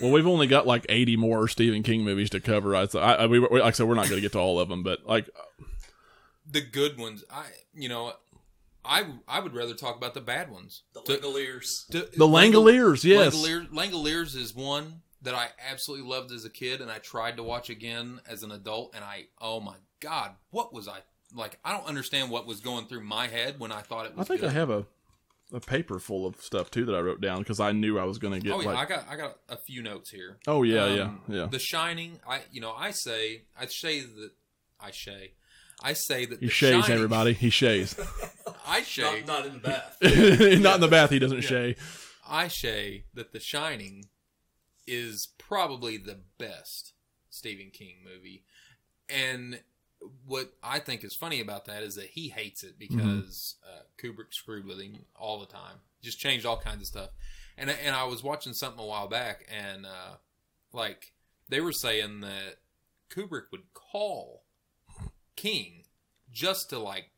Speaker 1: Well, we've only got like 80 more Stephen King movies to cover. I, so I, I we, we- like I said, we're not going to get to all of them, but like,
Speaker 2: the good ones. I you know, I I would rather talk about the bad ones.
Speaker 3: The
Speaker 2: To-
Speaker 3: Langoliers.
Speaker 2: to-
Speaker 1: The Langoliers, yes.
Speaker 2: Langolier- Langoliers is one that I absolutely loved as a kid, and I tried to watch again as an adult, and I oh my god, what was I like? I don't understand what was going through my head when I thought it
Speaker 1: I
Speaker 2: was.
Speaker 1: think
Speaker 2: good.
Speaker 1: I have a a paper full of stuff too that I wrote down because I knew I was going to get
Speaker 2: Oh yeah,
Speaker 1: like,
Speaker 2: I got I got a few notes here.
Speaker 1: oh yeah,
Speaker 2: Um,
Speaker 1: yeah, yeah.
Speaker 2: The Shining, I you know I say I say that I say I say that
Speaker 1: He
Speaker 2: The
Speaker 1: shays
Speaker 2: Shining-
Speaker 1: everybody. He shays.
Speaker 2: I say
Speaker 3: Not, not in the bath.
Speaker 1: not in the bath. He doesn't
Speaker 2: Yeah.
Speaker 1: shay.
Speaker 2: I say that The Shining is probably the best Stephen King movie. And what I think is funny about that is that he hates it
Speaker 1: Mm-hmm.
Speaker 2: because uh, Kubrick screwed with him all the time, just changed all kinds of stuff. And and I was watching something a while back, and uh, like they were saying that Kubrick would call King just to like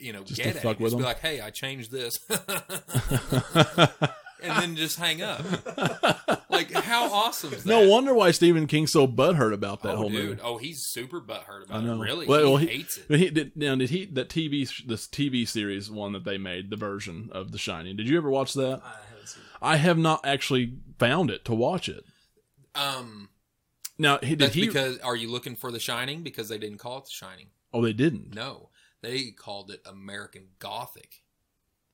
Speaker 2: you know
Speaker 1: Just
Speaker 2: get
Speaker 1: to
Speaker 2: at
Speaker 1: fuck
Speaker 2: him,
Speaker 1: with
Speaker 2: just be
Speaker 1: him?
Speaker 2: like, hey, I changed this. and then just hang up. like, how awesome is that?
Speaker 1: no wonder why Stephen King's so butthurt about that
Speaker 2: oh,
Speaker 1: whole
Speaker 2: dude.
Speaker 1: movie.
Speaker 2: Oh, he's super butthurt
Speaker 1: I
Speaker 2: about
Speaker 1: know.
Speaker 2: it. Really?
Speaker 1: Well, well,
Speaker 2: he,
Speaker 1: he-
Speaker 2: hates it.
Speaker 1: But he did now. Did he that TV sh- this TV series one that they made the version of The Shining? Did you ever watch that?
Speaker 3: I haven't seen it.
Speaker 1: I have not actually found it to watch it.
Speaker 2: Um,
Speaker 1: Now he, did
Speaker 2: that's
Speaker 1: he?
Speaker 2: because are you looking for The Shining? Because they didn't call it The Shining.
Speaker 1: oh, they didn't.
Speaker 2: No, they called it American Gothic.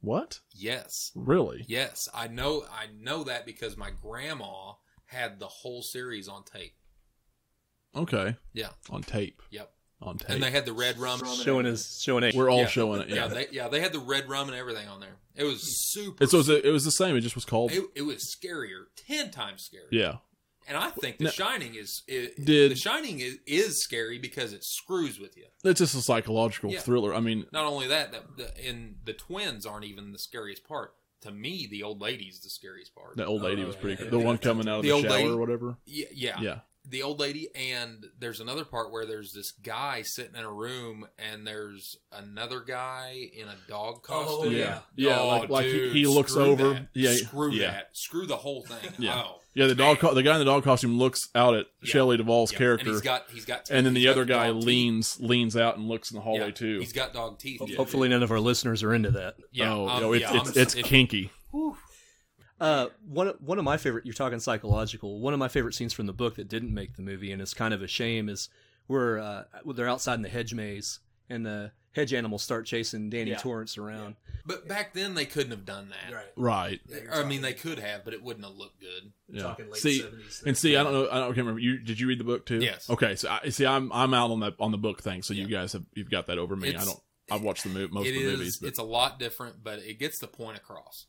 Speaker 1: What?
Speaker 2: Yes,
Speaker 1: Really?
Speaker 2: yes, I know, I know that because my grandma had the whole series on tape.
Speaker 1: Okay.
Speaker 2: Yeah.
Speaker 1: On tape.
Speaker 2: Yep,
Speaker 1: On tape.
Speaker 2: and they had the red rum.
Speaker 3: Showing his showing age.
Speaker 1: We're all
Speaker 2: Yeah.
Speaker 1: showing it.
Speaker 2: Yeah,
Speaker 1: Yeah.
Speaker 2: they, yeah, they had the red rum and everything on there. It was super.
Speaker 1: And so it was, it was the same. It just was called.
Speaker 2: it, it was scarier, ten times scarier.
Speaker 1: yeah.
Speaker 2: And I think The
Speaker 1: No.
Speaker 2: Shining is, i
Speaker 1: Did-
Speaker 2: The Shining is, is scary because it screws with you.
Speaker 1: It's just a psychological
Speaker 2: Yeah.
Speaker 1: thriller. I mean,
Speaker 2: Not only that, that the, and the twins aren't even the scariest part. To me, the old lady's the scariest part.
Speaker 1: that old lady was
Speaker 3: Oh,
Speaker 1: pretty.
Speaker 3: yeah.
Speaker 1: The one coming out of
Speaker 2: The
Speaker 1: the,
Speaker 2: old
Speaker 1: shower
Speaker 2: lady?
Speaker 1: or whatever.
Speaker 2: yeah, yeah,
Speaker 1: Yeah.
Speaker 2: the old lady, and there's another part where there's this guy sitting in a room, and there's another guy in a dog costume.
Speaker 1: Yeah.
Speaker 3: Oh, Yeah.
Speaker 1: Yeah.
Speaker 2: Oh,
Speaker 1: like like he-
Speaker 2: dude,
Speaker 1: he, looks
Speaker 2: screw
Speaker 1: over.
Speaker 2: that.
Speaker 1: Yeah.
Speaker 2: screw
Speaker 1: yeah.
Speaker 2: that, screw the whole thing.
Speaker 1: Yeah.
Speaker 2: Oh,
Speaker 1: Yeah. The dog. co- the guy in the dog costume looks out at
Speaker 2: Yeah.
Speaker 1: Shelley Duvall's
Speaker 2: Yeah.
Speaker 1: character,
Speaker 2: And he's
Speaker 1: and,
Speaker 2: got, he's got,
Speaker 1: then
Speaker 2: teeth.
Speaker 1: the
Speaker 2: He's got
Speaker 1: other guy
Speaker 2: dog teeth.
Speaker 1: leans leans out and looks in the hallway
Speaker 2: Yeah.
Speaker 1: too.
Speaker 2: He's got dog teeth.
Speaker 3: Ho-
Speaker 2: Yeah.
Speaker 3: Hopefully, none of our listeners are into that.
Speaker 2: Yeah.
Speaker 1: oh,
Speaker 2: um,
Speaker 1: no, it's
Speaker 2: yeah,
Speaker 1: it's,
Speaker 2: I'm-
Speaker 1: it's
Speaker 2: it-
Speaker 1: kinky.
Speaker 3: Uh, one of- one of my favorite. You're talking psychological. One of my favorite scenes from the book that didn't make the movie, and it's kind of a shame, is where uh, they're outside in the hedge maze, and the hedge animals start chasing Danny
Speaker 4: Yeah.
Speaker 3: Torrance around.
Speaker 2: But back then they couldn't have done that.
Speaker 4: Right.
Speaker 1: Right.
Speaker 2: I mean, they could have, but it wouldn't have looked good.
Speaker 1: Yeah.
Speaker 4: talking late
Speaker 1: See.
Speaker 4: 70s.
Speaker 1: And see, I don't know. I don't I can't remember. You did you read the book too?
Speaker 2: Yes.
Speaker 1: Okay. So I see. I'm I'm out on that on the book thing. So you
Speaker 2: Yeah.
Speaker 1: guys have you've got that over me. I
Speaker 2: It's-
Speaker 1: don't. I've watched the mo- most
Speaker 2: It
Speaker 1: of the
Speaker 2: is.
Speaker 1: movies. But,
Speaker 2: It's a lot different, but it gets the point across.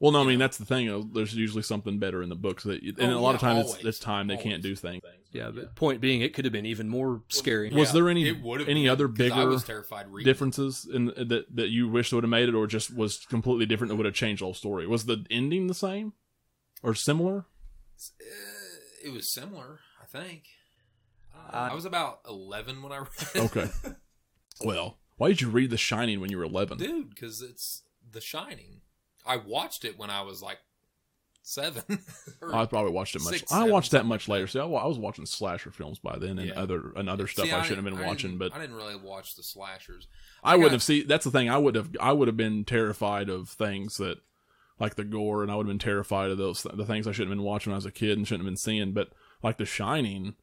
Speaker 1: well, no, I mean that's the thing. uh, There's usually something better in the books. That you- and
Speaker 2: Oh,
Speaker 1: a lot
Speaker 2: yeah,
Speaker 1: of times it's,
Speaker 2: always.
Speaker 1: it's time they can't
Speaker 2: Always.
Speaker 1: do things.
Speaker 3: Yeah, but point being, it could have been even more scary.
Speaker 1: Was there any
Speaker 2: It would have
Speaker 1: any
Speaker 2: been,
Speaker 1: other
Speaker 2: 'cause I
Speaker 1: bigger
Speaker 2: was terrified reading.
Speaker 1: differences in uh, that that you wish would have made it, or just was completely different that would have changed the whole story? Was the ending the same or similar?
Speaker 2: Uh, It was similar, I think.
Speaker 3: Uh,
Speaker 2: I was about eleven when I read it,
Speaker 1: Okay. well, why did you read The Shining when you were 11?
Speaker 2: dude, because it's The Shining. I watched it when I was like seven. or-
Speaker 1: I probably watched it much.
Speaker 2: Six,
Speaker 1: I watched
Speaker 2: seven,
Speaker 1: that much
Speaker 2: something like
Speaker 1: later. See, I, wa- I was watching slasher films by then and
Speaker 2: Yeah.
Speaker 1: other and other stuff
Speaker 2: See,
Speaker 1: I, shouldn't have
Speaker 2: didn't-
Speaker 1: been
Speaker 2: I
Speaker 1: watching.
Speaker 2: didn't-
Speaker 1: But
Speaker 2: I didn't really watch the slashers.
Speaker 1: I,
Speaker 2: I
Speaker 1: wouldn't
Speaker 2: got-
Speaker 1: have seen. That's the thing. I would have. I would have been terrified of things that, like the gore, and I would have been terrified of those the things I shouldn't have been watching when I was a kid and shouldn't have been seeing. But like The Shining,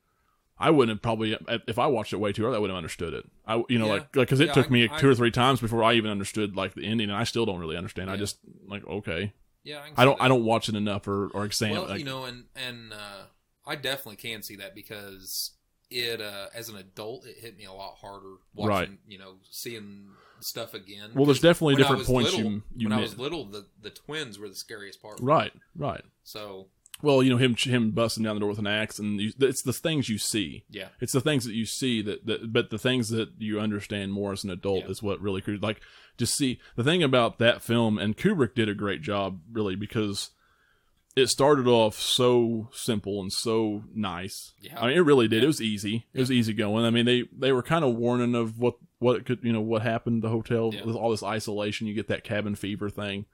Speaker 1: I wouldn't have probably if I watched it way too early, I wouldn't have understood it. I you know
Speaker 2: Yeah.
Speaker 1: like because it
Speaker 2: Yeah,
Speaker 1: took
Speaker 2: I-
Speaker 1: me
Speaker 2: I-
Speaker 1: two or three times before I even understood like the ending, and I still don't really understand. I
Speaker 2: Yeah.
Speaker 1: just like okay,
Speaker 2: Yeah, I, can
Speaker 1: I
Speaker 2: see
Speaker 1: don't
Speaker 2: that.
Speaker 1: I don't watch it enough or or examine.
Speaker 2: Well,
Speaker 1: like,
Speaker 2: you know, and and uh, I definitely can see that because it, uh, as an adult, it hit me a lot harder watching,
Speaker 1: Right.
Speaker 2: you know, seeing stuff again.
Speaker 1: well, there's definitely
Speaker 2: when I
Speaker 1: different
Speaker 2: was
Speaker 1: points
Speaker 2: little-
Speaker 1: you you
Speaker 2: when I
Speaker 1: miss.
Speaker 2: was little, the the twins were the scariest part.
Speaker 1: right, right.
Speaker 2: So
Speaker 1: Well, you know him him busting down the door with an axe, and you, it's the things you see.
Speaker 2: yeah,
Speaker 1: It's the things that you see that, that but the things that you understand more as an adult
Speaker 2: Yeah.
Speaker 1: is what really could like just see the thing about that film and Kubrick did a great job really because it started off so simple and so nice.
Speaker 2: Yeah.
Speaker 1: I mean it really did. It was easy. It was easy going. I mean they they were kind of warning of what what it could you know what happened at the hotel
Speaker 2: Yeah.
Speaker 1: with all this isolation. You get that cabin fever thing,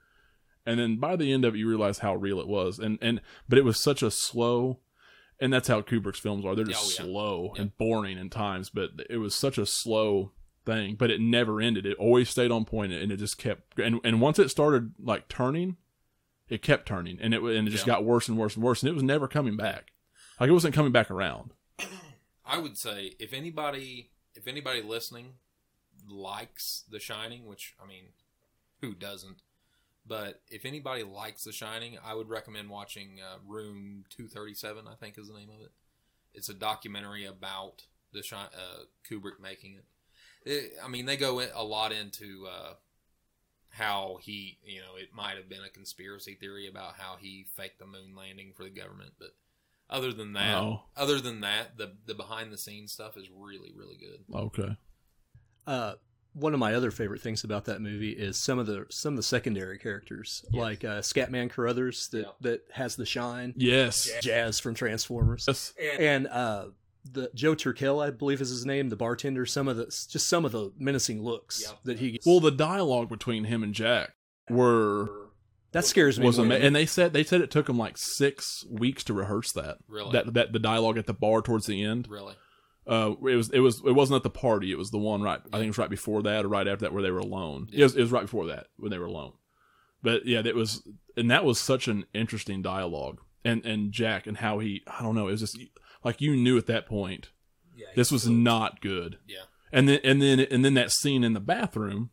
Speaker 1: and then by the end of it you realize how real it was and and but it was such a slow and that's how kubrick's films are they're just
Speaker 2: Oh, yeah.
Speaker 1: slow
Speaker 2: Yeah.
Speaker 1: and boring in times but it was such a slow thing but it never ended it always stayed on point and it just kept and, and once it started like turning it kept turning and it and it just
Speaker 2: Yeah.
Speaker 1: got worse and worse and worse and it was never coming back like it wasn't coming back around
Speaker 2: I would say if anybody if anybody listening likes The Shining, which I mean, who doesn't? But if anybody likes The Shining, I would recommend watching uh, Room 237. I think is the name of it. It's a documentary about the Shi- uh, Kubrick making it. it. I mean, they go in, a lot into uh, how he, you know, it might have been a conspiracy theory about how he faked the moon landing for the government. But other than that,
Speaker 1: Oh.
Speaker 2: other than that, the the behind the scenes stuff is really really good.
Speaker 1: okay
Speaker 3: Uh, one of my other favorite things about that movie is some of the some of the secondary characters,
Speaker 2: Yes.
Speaker 3: like uh, Scatman Carruthers that
Speaker 2: Yeah.
Speaker 3: that has the shine,
Speaker 1: yes
Speaker 2: Yeah.
Speaker 3: Jazz from Transformers,
Speaker 1: yes
Speaker 3: and uh, the Joe Turkel, I believe is his name, the bartender. Some of the just some of the menacing looks
Speaker 2: Yeah.
Speaker 3: that he gets.
Speaker 1: well the dialogue between him and jack were
Speaker 3: that scares me.
Speaker 1: was
Speaker 3: more
Speaker 1: ama-
Speaker 3: than-
Speaker 1: and they said they said it took them like six weeks to rehearse that
Speaker 2: Really,
Speaker 1: that that the dialogue at the bar towards the end
Speaker 2: really.
Speaker 1: uh it was it was it wasn't at the party it was the one right i think it was right before that or right after that where they were alone it,
Speaker 2: Yeah.
Speaker 1: was, it was right before that when they were alone but yeah that was and that was such an interesting dialogue and and jack and how he i don't know it was just like you knew at that point
Speaker 2: Yeah,
Speaker 1: this was not good.
Speaker 2: Yeah.
Speaker 1: And then and then and then that scene in the bathroom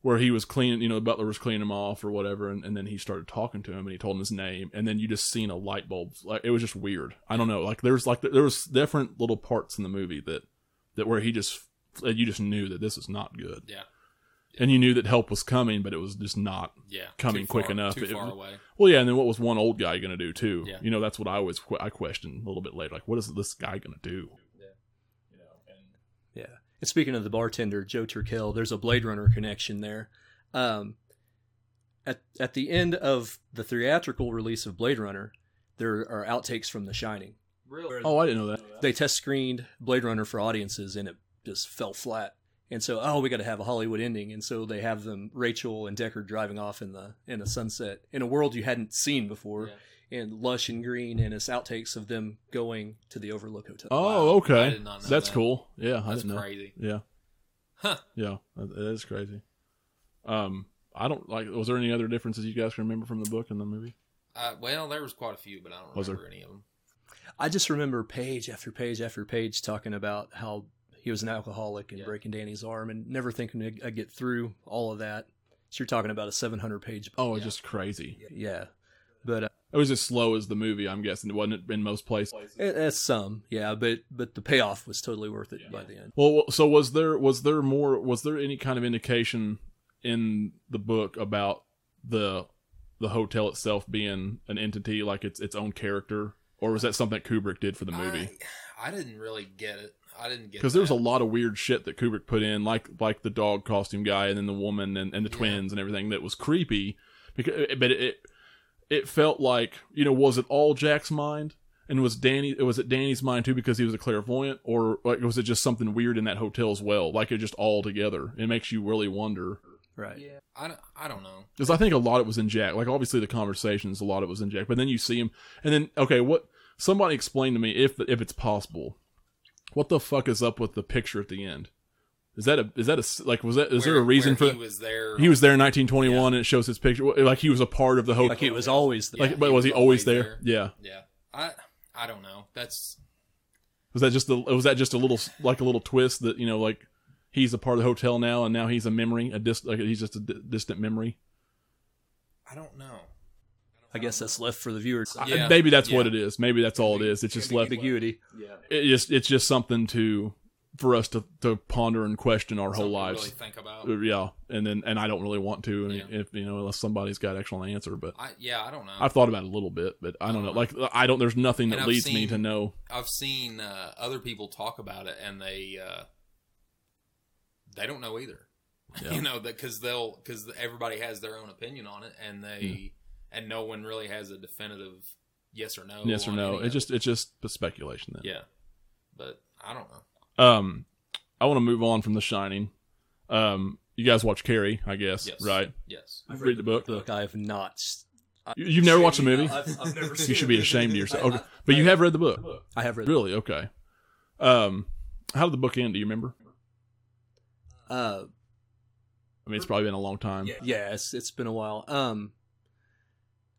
Speaker 1: where he was cleaning, you know, the butler was cleaning him off or whatever, and, and then he started talking to him and he told him his name, and then you just seen a light bulb. Like it was just weird. I don't know. Like there's like there was different little parts in the movie that that where he just that you just knew that this is not good.
Speaker 2: Yeah.
Speaker 1: And you knew that help was coming, but it was just not
Speaker 2: yeah
Speaker 1: coming
Speaker 2: too
Speaker 1: quick
Speaker 2: far-
Speaker 1: enough.
Speaker 2: Too
Speaker 1: It-
Speaker 2: far away.
Speaker 1: well, yeah, and then what was one old guy going to do too?
Speaker 2: Yeah.
Speaker 1: You know, that's what I always que- I questioned a little bit later. Like, what is this guy going to do?
Speaker 2: Yeah.
Speaker 1: You know, and
Speaker 3: Yeah. And speaking of the bartender, Joe Turkel, there's a Blade Runner connection there. Um, at, at the end of the theatrical release of Blade Runner, there are outtakes from The Shining.
Speaker 2: Really?
Speaker 1: oh, I didn't know that.
Speaker 3: They test screened Blade Runner for audiences and it just fell flat. And so, oh, we got to have a Hollywood ending. And so they have them, Rachel and Deckard, driving off in the in the sunset in a world you hadn't seen before, and lush and green, and it's outtakes of them going to the Overlook Hotel.
Speaker 1: Oh,
Speaker 2: Wow.
Speaker 1: okay.
Speaker 2: I did not know
Speaker 1: That's
Speaker 2: that.
Speaker 1: cool. Yeah, I
Speaker 2: That's
Speaker 1: didn't know.
Speaker 2: crazy.
Speaker 1: Yeah,
Speaker 2: Huh.
Speaker 1: yeah, that that is crazy. Um, I don't like. Was there any other differences you guys can remember from the book and the movie?
Speaker 2: Uh, well, there was quite a few, but I don't
Speaker 1: Was there?
Speaker 2: remember any of them.
Speaker 3: I just remember page after page after page talking about how he was an alcoholic and
Speaker 2: Yeah.
Speaker 3: breaking Danny's arm and never thinking I'd- I'd get through all of that. So you're talking about a 700 page.
Speaker 1: Oh, it's
Speaker 2: Yeah.
Speaker 1: just crazy.
Speaker 3: Yeah. But uh,
Speaker 1: It was as slow as the movie. I'm guessing wasn't it in most places.
Speaker 3: it- it's some, yeah. But but the payoff was totally worth it by the end.
Speaker 1: Well, so was there was there more was there any kind of indication in the book about the the hotel itself being an entity like its its own character, or was that something Kubrick did for the movie?
Speaker 2: I, I didn't really get it. I didn't get
Speaker 1: Because there was a
Speaker 2: that.
Speaker 1: lot of weird shit that Kubrick put in, like like the dog costume guy, and then the woman and, and the
Speaker 2: Yeah.
Speaker 1: twins and everything that was creepy. Because eh, but it it felt like you know was it all Jack's mind and was Danny was it Danny's mind too because he was a clairvoyant or like was it just something weird in that hotel as well? Like it just all together. It makes you really wonder
Speaker 3: Right.
Speaker 2: Yeah, I, don't- I don't know.
Speaker 1: because I think a lot of it was in Jack. Like obviously the conversations, a lot of it was in Jack. But then you see him, and then okay, what? Somebody explain to me if if it's possible, what the fuck is up with the picture at the end? Is that a is that a s- like was that is there
Speaker 2: Where-
Speaker 1: a reason
Speaker 2: where
Speaker 1: for
Speaker 2: he was there?
Speaker 1: he was there in 1921 and it shows his picture Wh- like he was a part of the hotel.
Speaker 3: Like it was always the,
Speaker 1: Like,
Speaker 2: Yeah,
Speaker 1: but
Speaker 2: he
Speaker 1: was
Speaker 2: was
Speaker 1: he always
Speaker 2: always
Speaker 1: there?
Speaker 2: there.
Speaker 1: Yeah.
Speaker 2: Yeah, I I don't know. That's
Speaker 1: Was that just the was that just a little s- like a little twist that you know like he's a part of the hotel now and now he's a memory a dis like he's just a di- distant memory.
Speaker 2: I don't know.
Speaker 3: I guess that's left for the viewer.
Speaker 1: I-
Speaker 2: Yeah.
Speaker 1: maybe that's what
Speaker 2: Yeah.
Speaker 1: it is. Maybe that's all it is. It's just left
Speaker 3: Ambiguity.
Speaker 1: it just it's just something to for us to, to ponder and question our whole
Speaker 2: Something to
Speaker 1: lives
Speaker 2: Really think about.
Speaker 1: Uh, yeah and then and i don't really want to and
Speaker 2: Yeah.
Speaker 1: if you know unless somebody's got an actual answer but
Speaker 2: I yeah, I don't know.
Speaker 1: i've thought about it a little bit but i don't know like i don't there's nothing
Speaker 2: Uh-huh. And
Speaker 1: that
Speaker 2: I've
Speaker 1: leads me
Speaker 2: seen-
Speaker 1: to know
Speaker 2: I've seen uh, other people talk about it, and they uh, they don't know either.
Speaker 1: Yeah.
Speaker 2: you know, because they'll because everybody has their own opinion on it, and they and no one really has a definitive yes or no.
Speaker 1: Hmm. yes or
Speaker 2: on
Speaker 1: no
Speaker 2: any
Speaker 1: it's
Speaker 2: of
Speaker 1: just it's just the speculation then
Speaker 2: yeah. But I don't know.
Speaker 1: um i want to move on from the shining um You guys watch Carrie, I guess,
Speaker 2: Yes.
Speaker 1: right?
Speaker 2: Yes.
Speaker 1: I've read the book.
Speaker 3: Look, I have not. s-
Speaker 1: You- You've never watched the
Speaker 3: Shame.
Speaker 1: movie?
Speaker 3: I've, I've never seen
Speaker 1: You should be
Speaker 3: it.
Speaker 1: ashamed of yourself. Okay. But you have read the book.
Speaker 3: I have read.
Speaker 1: Really? Okay. Um, how did the book end? Do you remember?
Speaker 3: Uh,
Speaker 1: I mean, it's probably been a long time.
Speaker 3: yeah, it's it's been a while. Um,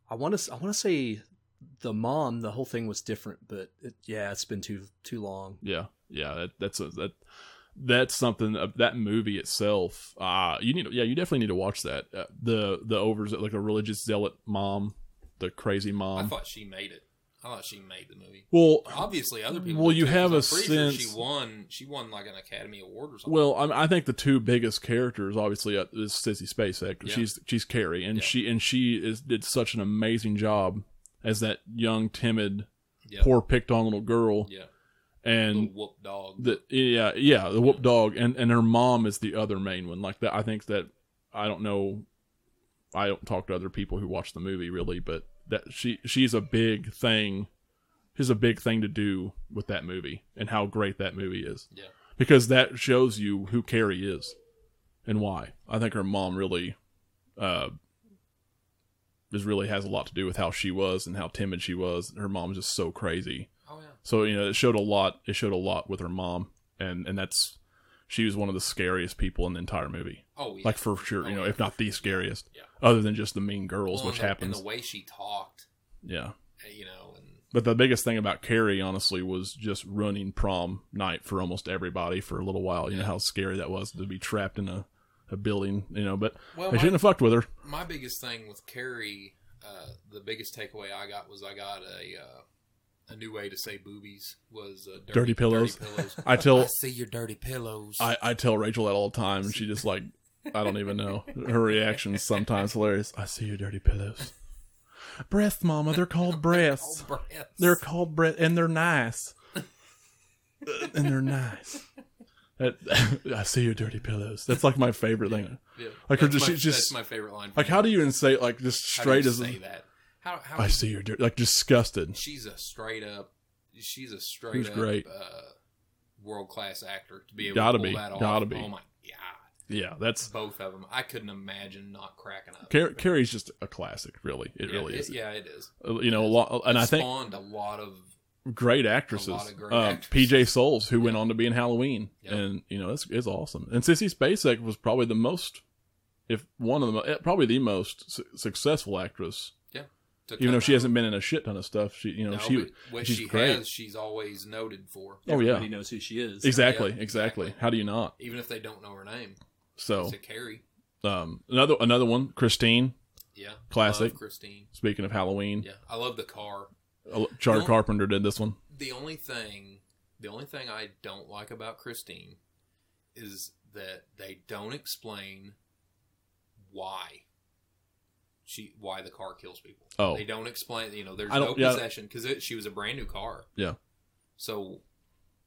Speaker 3: I want to I want to say the mom. The whole thing was different, but it, yeah, it's been too too long.
Speaker 1: Yeah, yeah. That, that's a, that. That's something of that movie itself. Uh you need. to- Yeah, you definitely need to watch that. Uh, the the overs like a religious zealot mom, the crazy
Speaker 2: I
Speaker 1: mom.
Speaker 2: thought she made it. I thought she made the movie.
Speaker 1: well,
Speaker 2: Obviously, other people.
Speaker 1: Well,
Speaker 2: did
Speaker 1: you
Speaker 2: too,
Speaker 1: have
Speaker 2: 'cause
Speaker 1: a
Speaker 2: I'm pretty Sure
Speaker 1: sense-
Speaker 2: she won. She won like an Academy Award or something.
Speaker 1: well, I, I think the two biggest characters, obviously, uh, is Sissy Spacek.
Speaker 2: Yeah.
Speaker 1: She's she's Carrie, and
Speaker 2: Yeah.
Speaker 1: she and she is did such an amazing job as that young, timid,
Speaker 2: yeah,
Speaker 1: poor, picked on little girl,
Speaker 2: yeah,
Speaker 1: and
Speaker 2: Little whoop dog.
Speaker 1: the yeah yeah the whoop dog and and her mom is the other main one like that i think that i don't know i don't talk to other people who watch the movie really but that she she's a big thing she's a big thing to do with that movie and how great that movie is
Speaker 2: Yeah.
Speaker 1: because that shows you who carrie is and why i think her mom really uh just really has a lot to do with how she was and how timid she was her mom's just so crazy
Speaker 2: oh yeah.
Speaker 1: so you know, it showed a lot. It showed a lot with her mom, and and that's she was one of the scariest people in the entire movie,
Speaker 2: Oh yeah.
Speaker 1: like for sure. You
Speaker 2: Oh,
Speaker 1: know,
Speaker 2: yeah.
Speaker 1: if not the scariest,
Speaker 2: Yeah.
Speaker 1: other than just the mean girls,
Speaker 2: Well,
Speaker 1: which
Speaker 2: and the,
Speaker 1: happens.
Speaker 2: And the way she talked, eh,
Speaker 1: yeah,
Speaker 2: you know, and
Speaker 1: but the biggest thing about Carrie, honestly, was just running prom night for almost everybody for a little while. You know
Speaker 2: Yeah.
Speaker 1: how scary that was to be trapped in a, a building. You know, but
Speaker 2: well,
Speaker 1: they
Speaker 2: Oh, my,
Speaker 1: shouldn't have fucked with her.
Speaker 2: my biggest thing with Carrie, uh, the biggest takeaway I got was I got a uh, a new way to say boobies was uh, dirty,
Speaker 1: Dirty pillows.
Speaker 2: Dirty pillows.
Speaker 1: I tell
Speaker 2: I see your dirty pillows.
Speaker 1: I, I tell Rachel that all the time, and she just like I don't even know. Her reaction is sometimes hilarious. I see your dirty pillows. Breasts, mama. They're called breasts.
Speaker 2: Oh, breaths.
Speaker 1: They're called breasts, and they're nice. and they're nice. That, I see your dirty pillows. That's like my favorite thing.
Speaker 2: Yeah.
Speaker 1: Like her
Speaker 2: That's
Speaker 1: just-
Speaker 2: my,
Speaker 1: she just-
Speaker 2: that's my favorite line.
Speaker 1: Like, how do you even say it, like just
Speaker 2: How do you
Speaker 1: straight as
Speaker 2: say that? How how
Speaker 1: I see your dirty, like disgusted.
Speaker 2: she's a straight up she's a straight
Speaker 1: Who's
Speaker 2: up
Speaker 1: great?
Speaker 2: uh world class actor to be able
Speaker 1: Gotta
Speaker 2: to pull
Speaker 1: be,
Speaker 2: that off.
Speaker 1: gotta be.
Speaker 2: Oh my god.
Speaker 1: Yeah, that's
Speaker 2: Both of them. I couldn't imagine not cracking up.
Speaker 1: Car- Carrie's just a classic. Really, it
Speaker 2: yeah,
Speaker 1: really is.
Speaker 2: Yeah, it is.
Speaker 1: You know, a lot, and
Speaker 2: it
Speaker 1: I think
Speaker 2: spawned a lot of
Speaker 1: great actresses.
Speaker 2: of great
Speaker 1: Uh,
Speaker 2: actresses.
Speaker 1: PJ Souls, who went on to be in Halloween,
Speaker 2: Yeah.
Speaker 1: and you know it's, it's awesome. And Sissy Spacek was probably the most, if one of the mo- eh, probably the most su- successful actress.
Speaker 2: to
Speaker 1: Even
Speaker 2: come
Speaker 1: though she
Speaker 2: out.
Speaker 1: hasn't been in a shit ton of stuff, she you know
Speaker 2: No,
Speaker 1: she
Speaker 2: but what
Speaker 1: she's
Speaker 2: she
Speaker 1: great.
Speaker 2: has she's always noted for.
Speaker 1: Oh, yeah.
Speaker 3: Everybody knows who she is.
Speaker 1: exactly
Speaker 2: yeah,
Speaker 1: exactly.
Speaker 2: exactly.
Speaker 1: How do you not?
Speaker 2: Even if they don't know her name.
Speaker 1: So
Speaker 2: It's a Carrie.
Speaker 1: um, another another one, Christine.
Speaker 2: Yeah.
Speaker 1: Classic.
Speaker 2: Love Christine.
Speaker 1: Speaking of Halloween,
Speaker 2: Yeah. I love the car.
Speaker 1: uh, Charlie
Speaker 2: No.
Speaker 1: Carpenter did this one.
Speaker 2: the only thing the only thing I don't like about Christine is that they don't explain why she why the car kills people.
Speaker 1: Oh.
Speaker 2: They don't explain, you know, there's
Speaker 1: I
Speaker 2: no
Speaker 1: don't- yeah.
Speaker 2: possession cuz she was a brand new car.
Speaker 1: Yeah.
Speaker 2: So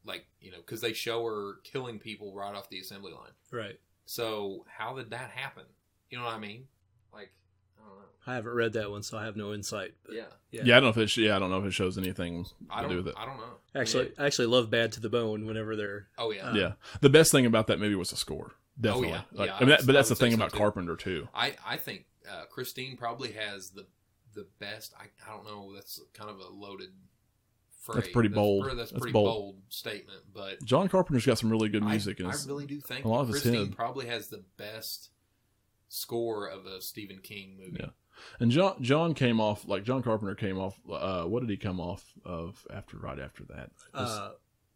Speaker 2: like, you know, cuz they show her killing people right off the assembly line.
Speaker 3: Right.
Speaker 2: So how did that happen? You know what I mean? Like, I don't know.
Speaker 3: I haven't read that one, so I have no insight. But
Speaker 2: Yeah.
Speaker 1: Yeah. I don't know if it sh- yeah I don't know if it shows anything
Speaker 2: I
Speaker 1: to do with
Speaker 2: don't
Speaker 1: it.
Speaker 2: I don't know.
Speaker 3: Actually, I actually love Bad to the Bone whenever they're.
Speaker 2: Oh yeah.
Speaker 3: Uh,
Speaker 1: yeah, the best thing about that movie was the score. Definitely,
Speaker 2: Oh, yeah.
Speaker 1: Like,
Speaker 2: Yeah,
Speaker 1: I mean,
Speaker 2: I
Speaker 1: that,
Speaker 2: would-
Speaker 1: but
Speaker 2: I
Speaker 1: that's the
Speaker 2: would say
Speaker 1: thing
Speaker 2: so,
Speaker 1: about
Speaker 2: too.
Speaker 1: Carpenter too.
Speaker 2: I, I think uh, Christine probably has the the best. I, I don't know. That's kind of a loaded phrase.
Speaker 1: pretty bold.
Speaker 2: That's,
Speaker 1: That's
Speaker 2: pretty
Speaker 1: bold.
Speaker 2: bold. statement. But
Speaker 1: John Carpenter's got some really good music.
Speaker 2: I,
Speaker 1: and
Speaker 2: I
Speaker 1: it's-
Speaker 2: really do think
Speaker 1: a lot
Speaker 2: that
Speaker 1: of it's
Speaker 2: Christine
Speaker 1: him.
Speaker 2: probably has the best score of a Stephen King movie.
Speaker 1: Yeah. And John John came off like John Carpenter came off. Uh, what did he come off of after right after that? Was,
Speaker 3: Uh,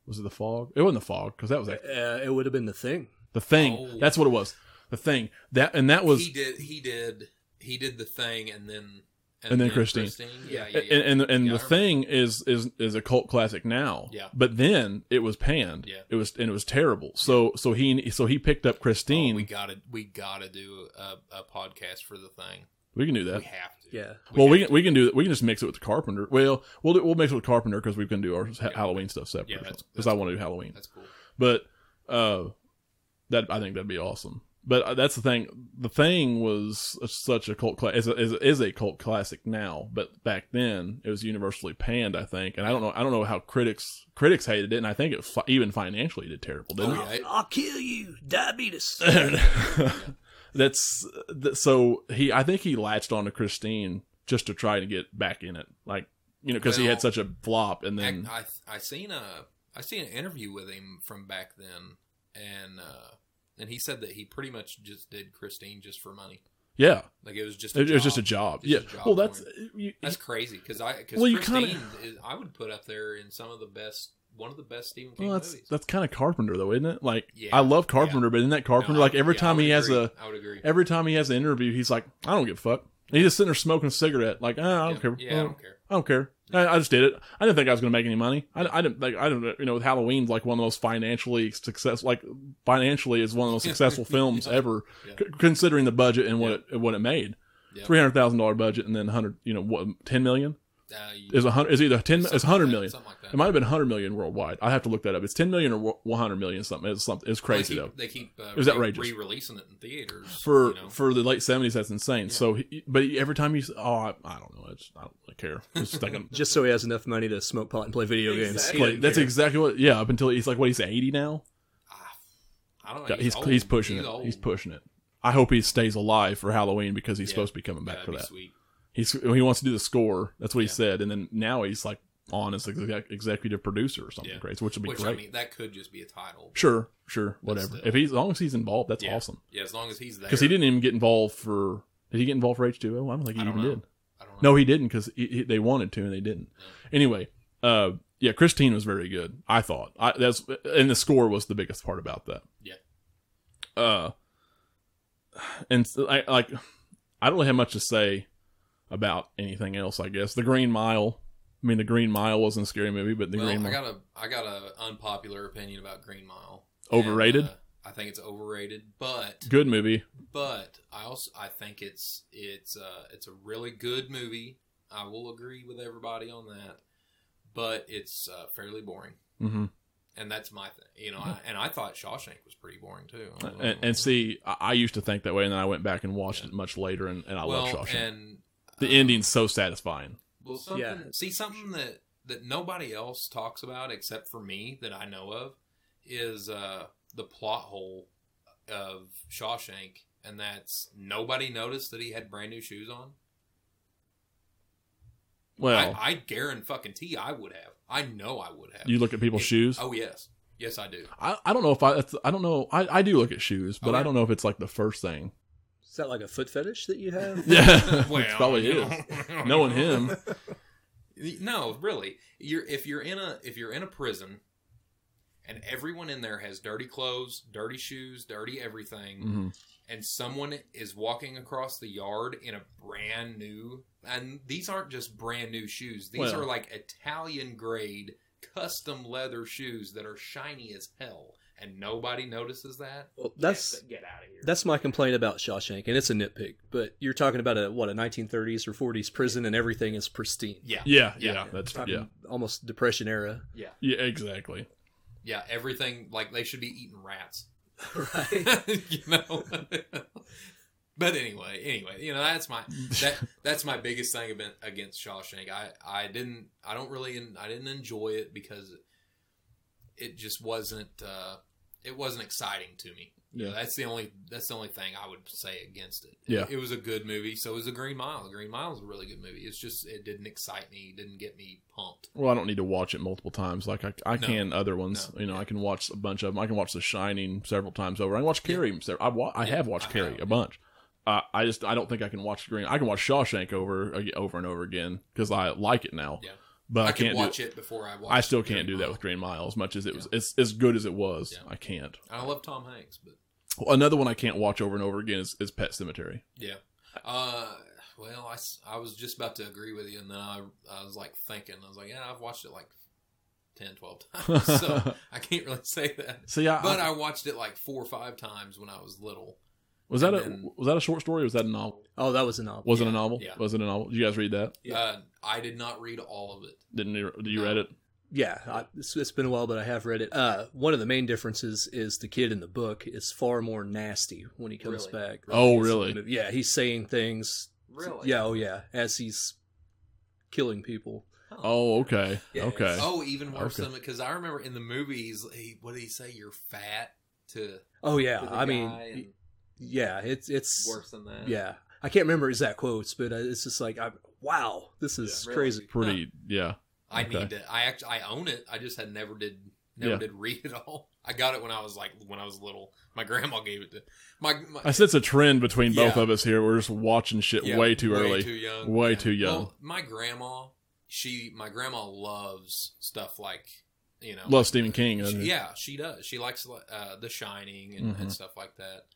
Speaker 1: was it the fog? It wasn't the fog because that was like,
Speaker 3: uh, it would have been the thing.
Speaker 1: the thing.
Speaker 2: Oh.
Speaker 1: That's what it was. The thing that and that was
Speaker 2: he did. He did. He did the thing, and then
Speaker 1: And then Christine.
Speaker 2: Yeah, yeah,
Speaker 1: and
Speaker 2: yeah.
Speaker 1: and, and
Speaker 2: Yeah, I
Speaker 1: the thing is is is a cult classic now.
Speaker 2: Yeah.
Speaker 1: But then it was panned.
Speaker 2: Yeah.
Speaker 1: It was and it was terrible. So so he so he picked up Christine.
Speaker 2: Oh, we
Speaker 1: we,
Speaker 2: gotta we gotta do a, a podcast for the thing.
Speaker 1: can do that.
Speaker 2: We have to.
Speaker 3: Yeah.
Speaker 1: well, we
Speaker 2: have
Speaker 1: can we can do we can just mix it with the Carpenter. Well, we'll do, we'll mix it with Carpenter because we can do our ha- Halloween stuff separate.
Speaker 2: that's-
Speaker 1: because I
Speaker 2: that's
Speaker 1: want to do Halloween.
Speaker 2: to. That's cool.
Speaker 1: But uh, that I think that'd be awesome. But uh, that's the thing. The thing was such a cult class. Is a, is, a- is a cult classic now, but back then it was universally panned. I think, and I don't know. I don't know how critics critics hated it, and I think it fi- even financially did terrible, didn't it?
Speaker 2: yeah. it-
Speaker 3: Oh, I'll kill you, diabetes.
Speaker 1: that's th- so he i think he latched on to christine just to try to get back in it like you know because he
Speaker 2: Well,
Speaker 1: had such a flop and
Speaker 2: I,
Speaker 1: then
Speaker 2: I I seen a I seen an interview with him from back then, and uh, and he said that he pretty much just did Christine just for money.
Speaker 1: yeah
Speaker 2: Like it was just a
Speaker 1: it, it was
Speaker 2: job.
Speaker 1: just a job
Speaker 2: Just a
Speaker 1: yeah
Speaker 2: job
Speaker 1: well that's
Speaker 2: for
Speaker 1: you,
Speaker 2: That's crazy because I because
Speaker 1: Well, you
Speaker 2: Christine
Speaker 1: kinda-
Speaker 2: is, I would put up there in some of the best one of the best Stephen King
Speaker 1: well, that's
Speaker 2: movies.
Speaker 1: that's kind of carpenter though isn't it like
Speaker 2: Yeah,
Speaker 1: i love carpenter but isn't that carpenter
Speaker 2: No, I-
Speaker 1: like every
Speaker 2: yeah, I
Speaker 1: time
Speaker 2: would
Speaker 1: he has
Speaker 2: agree.
Speaker 1: a
Speaker 2: I would agree.
Speaker 1: every time he has an interview he's like i don't give a fuck and he's just sitting there smoking a cigarette like ah, i don't
Speaker 2: yeah,
Speaker 1: care
Speaker 2: Yeah, I don't care.
Speaker 1: I don't care. I, I just did it. I didn't think I was going to make any money. I, I didn't like. I don't. know, You know, Halloween's like one of the most financially success. Like financially is one of the most successful films
Speaker 2: Yeah.
Speaker 1: ever,
Speaker 2: Yeah.
Speaker 1: c- considering the budget and what it, what it made.
Speaker 2: Yeah.
Speaker 1: Three hundred thousand dollar budget, and then hundred. You know, what ten million
Speaker 2: Uh, you-
Speaker 1: is a hundred. Is either ten.
Speaker 2: something
Speaker 1: It's hundred
Speaker 2: like that,
Speaker 1: million.
Speaker 2: Something like that.
Speaker 1: It might have been hundred million worldwide. I have to look that up. It's ten million or one hundred million something. It's something. It's crazy
Speaker 2: they
Speaker 1: though.
Speaker 2: keep, They keep uh,
Speaker 1: was
Speaker 2: re-
Speaker 1: outrageous.
Speaker 2: re-releasing it in theaters
Speaker 1: For
Speaker 2: you know?
Speaker 1: for the late seventies, that's insane. So, he, but he, every time you, s- oh, I, I don't know, I, just, I don't really care. It's just like a-
Speaker 3: Just so he has enough money to smoke pot and play video games.
Speaker 2: Exactly.
Speaker 3: He
Speaker 1: Play-
Speaker 3: doesn't
Speaker 1: that's
Speaker 3: care.
Speaker 1: exactly what. Yeah, up until he's like what he's eighty now.
Speaker 2: Ah, I don't know.
Speaker 1: God, he's he's,
Speaker 2: old.
Speaker 1: pushing it.
Speaker 2: old.
Speaker 1: He's pushing it. I hope he stays alive for Halloween because he's
Speaker 2: Yeah.
Speaker 1: supposed to be coming
Speaker 2: Yeah,
Speaker 1: back
Speaker 2: that'd
Speaker 1: for
Speaker 2: be
Speaker 1: that.
Speaker 2: Sweet.
Speaker 1: He's he wants to do the score. That's what he
Speaker 2: Yeah.
Speaker 1: said. And then now he's like on as exec- executive producer or something
Speaker 2: Yeah.
Speaker 1: crazy, which would be
Speaker 2: Which
Speaker 1: great.
Speaker 2: I mean, that could just be a title.
Speaker 1: sure, sure, whatever.
Speaker 2: still.
Speaker 1: If he's as long as he's involved, that's
Speaker 2: Yeah.
Speaker 1: awesome.
Speaker 2: Yeah, as long as he's there.
Speaker 1: Because he didn't even get involved for. Did he get involved for H two O? I don't think he
Speaker 2: I don't
Speaker 1: even
Speaker 2: know.
Speaker 1: did.
Speaker 2: I don't know.
Speaker 1: No, he didn't because they wanted to and they didn't. Anyway, uh, yeah, Christine was very good. I thought I, that's and the score was the biggest part about that.
Speaker 2: Yeah.
Speaker 1: Uh, and so I like I don't really have much to say about anything else. I guess the Green Mile. I mean, the Green Mile wasn't a scary movie, but the
Speaker 2: well,
Speaker 1: Green
Speaker 2: I
Speaker 1: Mile
Speaker 2: got a I got a unpopular opinion about Green Mile.
Speaker 1: Overrated?
Speaker 2: And, uh, I think it's overrated, but
Speaker 1: good movie.
Speaker 2: but I also I think it's it's uh, it's a really good movie. I will agree with everybody on that, but it's uh, fairly boring,
Speaker 1: hmm
Speaker 2: and that's my thing. You know, I, and I thought Shawshank was pretty boring too. I was like,
Speaker 1: And, and see, I, I used to think that way, and then I went back and watched it much later, and, and I
Speaker 2: well,
Speaker 1: love Shawshank.
Speaker 2: and
Speaker 1: the
Speaker 2: um,
Speaker 1: ending's so satisfying.
Speaker 2: Well, something,
Speaker 3: Yeah.
Speaker 2: see something that that nobody else talks about except for me that I know of is uh, the plot hole of Shawshank, and that's nobody noticed that he had brand new shoes on.
Speaker 1: Well,
Speaker 2: I, I guarantee fucking t I would have. I know I would have.
Speaker 1: you look at people's shoes.
Speaker 2: Oh yes, yes I do.
Speaker 1: I, I don't know if I that's, I don't know I, I do look at shoes, but
Speaker 2: Oh, yeah.
Speaker 1: I don't know if it's like the first thing.
Speaker 3: Is that like a foot fetish that you have?
Speaker 1: Yeah,
Speaker 2: Well,
Speaker 1: it's probably
Speaker 2: you
Speaker 1: is.
Speaker 2: know.
Speaker 1: Knowing him,
Speaker 2: No, really. You're if you're in a if you're in a prison and everyone in there has dirty clothes, dirty shoes, dirty everything,
Speaker 1: Mhm.
Speaker 2: and someone is walking across the yard in a brand new and these aren't just brand new shoes. These
Speaker 1: Well-
Speaker 2: are like Italian grade custom leather shoes that are shiny as hell and nobody notices that.
Speaker 3: Well, that's
Speaker 2: get, out of here.
Speaker 3: that's my complaint about Shawshank, and it's a nitpick. But you're talking about a what a 1930s or 40s prison, and everything is pristine.
Speaker 2: yeah.
Speaker 1: yeah, yeah,
Speaker 2: Yeah.
Speaker 1: that's
Speaker 3: Fucking
Speaker 1: yeah,
Speaker 3: almost depression era.
Speaker 2: Yeah.
Speaker 1: yeah, exactly.
Speaker 2: Yeah, everything like they should be eating rats.
Speaker 3: right.
Speaker 2: you know. but anyway, anyway, you know that's my that that's my biggest thing about- against Shawshank. I I didn't I don't really I didn't enjoy it because it just wasn't uh, it wasn't exciting to me.
Speaker 1: Yeah.
Speaker 2: that's the only that's the only thing I would say against it.
Speaker 1: Yeah.
Speaker 2: it, was a good movie. So was the Green Mile. The Green Mile is a really good movie. It's just it didn't excite me. Didn't get me pumped.
Speaker 1: Well, I don't need to watch it multiple times. Like I, I
Speaker 2: No.
Speaker 1: can other ones.
Speaker 2: No.
Speaker 1: You know,
Speaker 2: Yeah.
Speaker 1: I can watch a bunch of them. I can watch The Shining several times over. I can watch
Speaker 2: Yeah.
Speaker 1: Carrie. several- I wa- I
Speaker 2: Yeah,
Speaker 1: have watched
Speaker 2: I
Speaker 1: Carrie
Speaker 2: have,
Speaker 1: a
Speaker 2: yeah.
Speaker 1: bunch. Uh, I just I don't think I can watch Green. I can watch Shawshank over ag- over and over again because I like it now.
Speaker 2: Yeah.
Speaker 1: but I,
Speaker 2: I, could
Speaker 1: can't do
Speaker 2: watch it before I watch.
Speaker 1: I still
Speaker 2: The Green
Speaker 1: can't do that
Speaker 2: Mile.
Speaker 1: with Green Mile as much as it
Speaker 2: Yeah.
Speaker 1: was. It's as good as it was.
Speaker 2: Yeah.
Speaker 1: I can't.
Speaker 2: I love Tom Hanks, but
Speaker 1: Another one I can't watch over and over again is, is Pet Cemetery.
Speaker 2: Yeah. Uh, well, I, s- I was just about to agree with you, and then I, I was like thinking, I was like, yeah, I've watched it like 10, 12 times, so I can't really say that.
Speaker 1: See, I,
Speaker 2: But
Speaker 1: I-
Speaker 2: I watched it like four or five times when I was little.
Speaker 1: was that
Speaker 2: and
Speaker 1: a
Speaker 2: then-
Speaker 1: was that a short story? or Was that a novel?
Speaker 3: Oh, that was a novel.
Speaker 1: Was it
Speaker 2: Yeah,
Speaker 1: a novel?
Speaker 2: yeah.
Speaker 1: Was it a novel? Did you guys read that?
Speaker 3: Yeah.
Speaker 2: Uh, I did not read all of it.
Speaker 1: Didn't you, did you
Speaker 2: No.
Speaker 1: read it?
Speaker 3: yeah, I, it's, it's been a while, but I have read it. Uh, one of the main differences is the kid in the book is far more nasty when he comes
Speaker 2: Really?
Speaker 3: back.
Speaker 1: Oh,
Speaker 3: He's-
Speaker 1: really?
Speaker 3: Yeah, he's saying things.
Speaker 2: Really?
Speaker 3: Yeah, oh yeah, as he's killing people.
Speaker 1: Oh, okay.
Speaker 3: Yeah,
Speaker 1: okay.
Speaker 3: it's-
Speaker 2: Oh, even worse
Speaker 1: Okay.
Speaker 2: than because I remember in the movies, he what did he say? You're fat to.
Speaker 3: Oh yeah,
Speaker 2: to the
Speaker 3: I mean,
Speaker 2: guy and
Speaker 3: yeah, it's it's
Speaker 2: worse than that.
Speaker 3: yeah. I can't remember exact quotes, but I- it's just like, I, wow, this is
Speaker 2: Yeah, really.
Speaker 3: crazy.
Speaker 1: Pretty, yeah.
Speaker 2: I
Speaker 1: Okay.
Speaker 2: need to. I actually I own it. I just had never did never
Speaker 1: Yeah.
Speaker 2: did read it all. I got it when I was like when I was little. My grandma gave it to my. my
Speaker 1: I sense a trend between both
Speaker 2: Yeah.
Speaker 1: of us here. We're just watching shit
Speaker 2: yeah,
Speaker 1: way too early.
Speaker 2: Too young.
Speaker 1: Way too young.
Speaker 2: my grandma, she my grandma loves stuff like you know
Speaker 1: Love Stephen King.
Speaker 2: She-
Speaker 1: doesn't he?
Speaker 2: yeah, she does. She likes uh, The Shining and, and
Speaker 1: Mhm.
Speaker 2: stuff like that.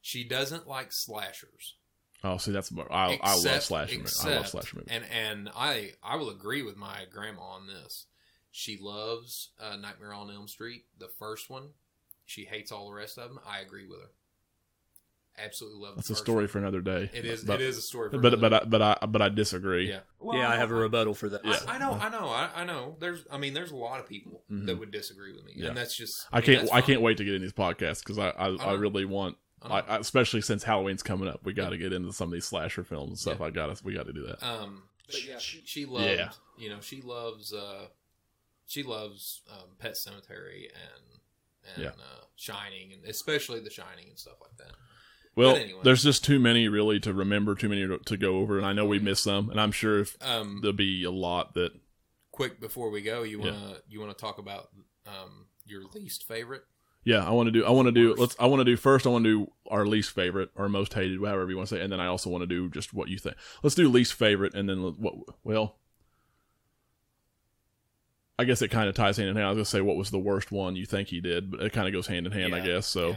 Speaker 2: She doesn't like slashers.
Speaker 1: Oh, see, that's more. I, I love
Speaker 2: Except-
Speaker 1: slasher movies. I love
Speaker 2: except-
Speaker 1: slasher movies.
Speaker 2: And and I I will agree with my grandma on this. She loves uh, Nightmare on Elm Street, the first one. She hates all the rest of them. I agree with her. Absolutely love. the
Speaker 1: That's a
Speaker 2: first
Speaker 1: story
Speaker 2: one.
Speaker 1: for another day.
Speaker 2: It is.
Speaker 1: But,
Speaker 2: it is a story. For
Speaker 1: but, but,
Speaker 2: another-
Speaker 1: I, but I, but I disagree.
Speaker 2: yeah. Well,
Speaker 3: yeah, I have a
Speaker 2: don't-
Speaker 3: rebuttal for that.
Speaker 2: I, I know. I know. I, I know. There's. I mean, there's a lot of people
Speaker 1: Mhm.
Speaker 2: that would disagree with me,
Speaker 1: Yeah.
Speaker 2: and that's just.
Speaker 1: I
Speaker 2: mean,
Speaker 1: can't.
Speaker 2: that's
Speaker 1: I
Speaker 2: fine.
Speaker 1: can't wait to get in these podcasts because I, I, I
Speaker 2: Uh-huh.
Speaker 1: really want.
Speaker 2: I
Speaker 1: I,
Speaker 2: don't-
Speaker 1: I, especially since Halloween's coming up, we got to get into some of these slasher films and stuff. I got to. We got to do that.
Speaker 2: Um,
Speaker 3: But
Speaker 2: she,
Speaker 3: yeah,
Speaker 2: she, she loved,
Speaker 1: Yeah.
Speaker 2: you know, she loves, uh, she loves um, Pet Cemetery and and
Speaker 1: Yeah.
Speaker 2: uh, Shining, and especially The Shining and stuff like that.
Speaker 1: Well,
Speaker 2: but anyway.
Speaker 1: there's just too many really to remember, too many to, to go over, and I know we missed some, and I'm sure if
Speaker 2: Um,
Speaker 1: there'll be a lot that.
Speaker 2: quick before we go, you
Speaker 1: Yeah.
Speaker 2: wanna you wanna talk about um your least favorite?
Speaker 1: Yeah, I want to do. I want to do.
Speaker 2: Worst.
Speaker 1: Let's. I want to do first. I want to do our least favorite or most hated, however you want to say, it, and then I also want to do just what you think. Let's do least favorite, and then let- what? Well, I guess it kind of ties hand in hand. I was gonna say what was the worst one you think he did, but it kind of goes hand in hand, I
Speaker 2: Yeah,
Speaker 1: guess. So,
Speaker 2: yeah.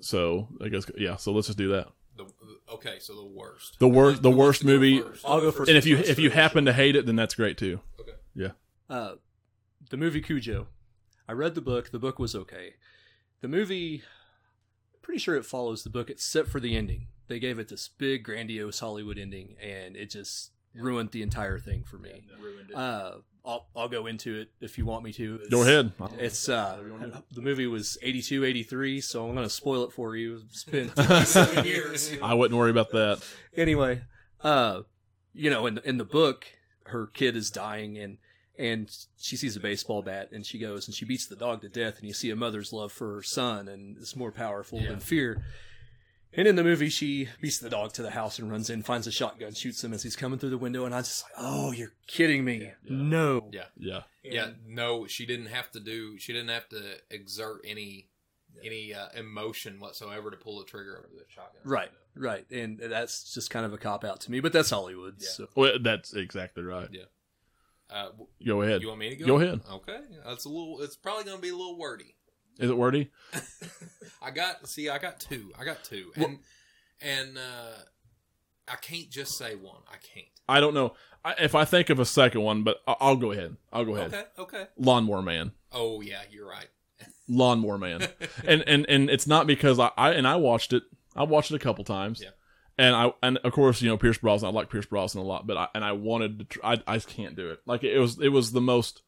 Speaker 1: so I guess yeah. So let's just do that.
Speaker 2: The okay, so the worst,
Speaker 1: The worst. The
Speaker 2: Who wants
Speaker 1: worst
Speaker 2: to go
Speaker 1: movie.
Speaker 2: first?
Speaker 3: I'll go first.
Speaker 1: And if you
Speaker 3: First
Speaker 1: if you
Speaker 3: movie.
Speaker 1: happen to hate it, then that's great too.
Speaker 3: Uh, the movie Cujo. I read the book. The book was okay. The movie, pretty sure it follows the book except for the ending. They gave it this big, grandiose Hollywood ending, and it just ruined the entire thing for me.
Speaker 2: ruined it.
Speaker 3: Uh, I'll, I'll go into it if you want me to. It's-
Speaker 1: Go ahead.
Speaker 3: It's uh, the movie was 82, 83, so I'm gonna spoil it for you. It's been
Speaker 2: Seven years.
Speaker 1: I wouldn't worry about that.
Speaker 3: anyway, uh, you know, in in the book, her kid is dying, and and she sees a baseball bat, and she goes and she beats the dog to death, and you see a mother's love for her son, and it's more powerful
Speaker 2: Yeah.
Speaker 3: than fear. And in the movie, she beats the dog to the house and runs in, finds a shotgun, shoots him as he's coming through the window, and I was just like, "Oh, you're kidding me! No,
Speaker 2: Yeah.
Speaker 1: Yeah.
Speaker 2: yeah, no, she didn't have to do. She didn't have to exert any any uh, emotion whatsoever to pull the trigger of the shotgun.
Speaker 3: right, right." And that's just kind of a cop out to me, but that's Hollywood.
Speaker 2: Yeah.
Speaker 3: So
Speaker 1: Well, that's exactly right.
Speaker 2: Uh, w-
Speaker 1: Go ahead.
Speaker 2: you want me to go?
Speaker 1: Go ahead.
Speaker 2: Okay, that's a little. It's probably going to be a little wordy.
Speaker 1: Is it wordy?
Speaker 2: I got. See, I got two. I got two, and
Speaker 1: Well-
Speaker 2: and uh, I can't just say one. I can't.
Speaker 1: I don't know I, if I think of a second one, but I- I'll go ahead. I'll go ahead.
Speaker 2: Okay. Okay.
Speaker 1: Lawnmower Man.
Speaker 2: Oh yeah, you're right.
Speaker 1: Lawnmower Man. and and and it's not because I, I and I watched it. I watched it a couple times.
Speaker 2: Yeah.
Speaker 1: And I and of course you know Pierce Brosnan. I like Pierce Brosnan a lot, but I and I wanted to. Tr- I I can't do it. Like it was it was the most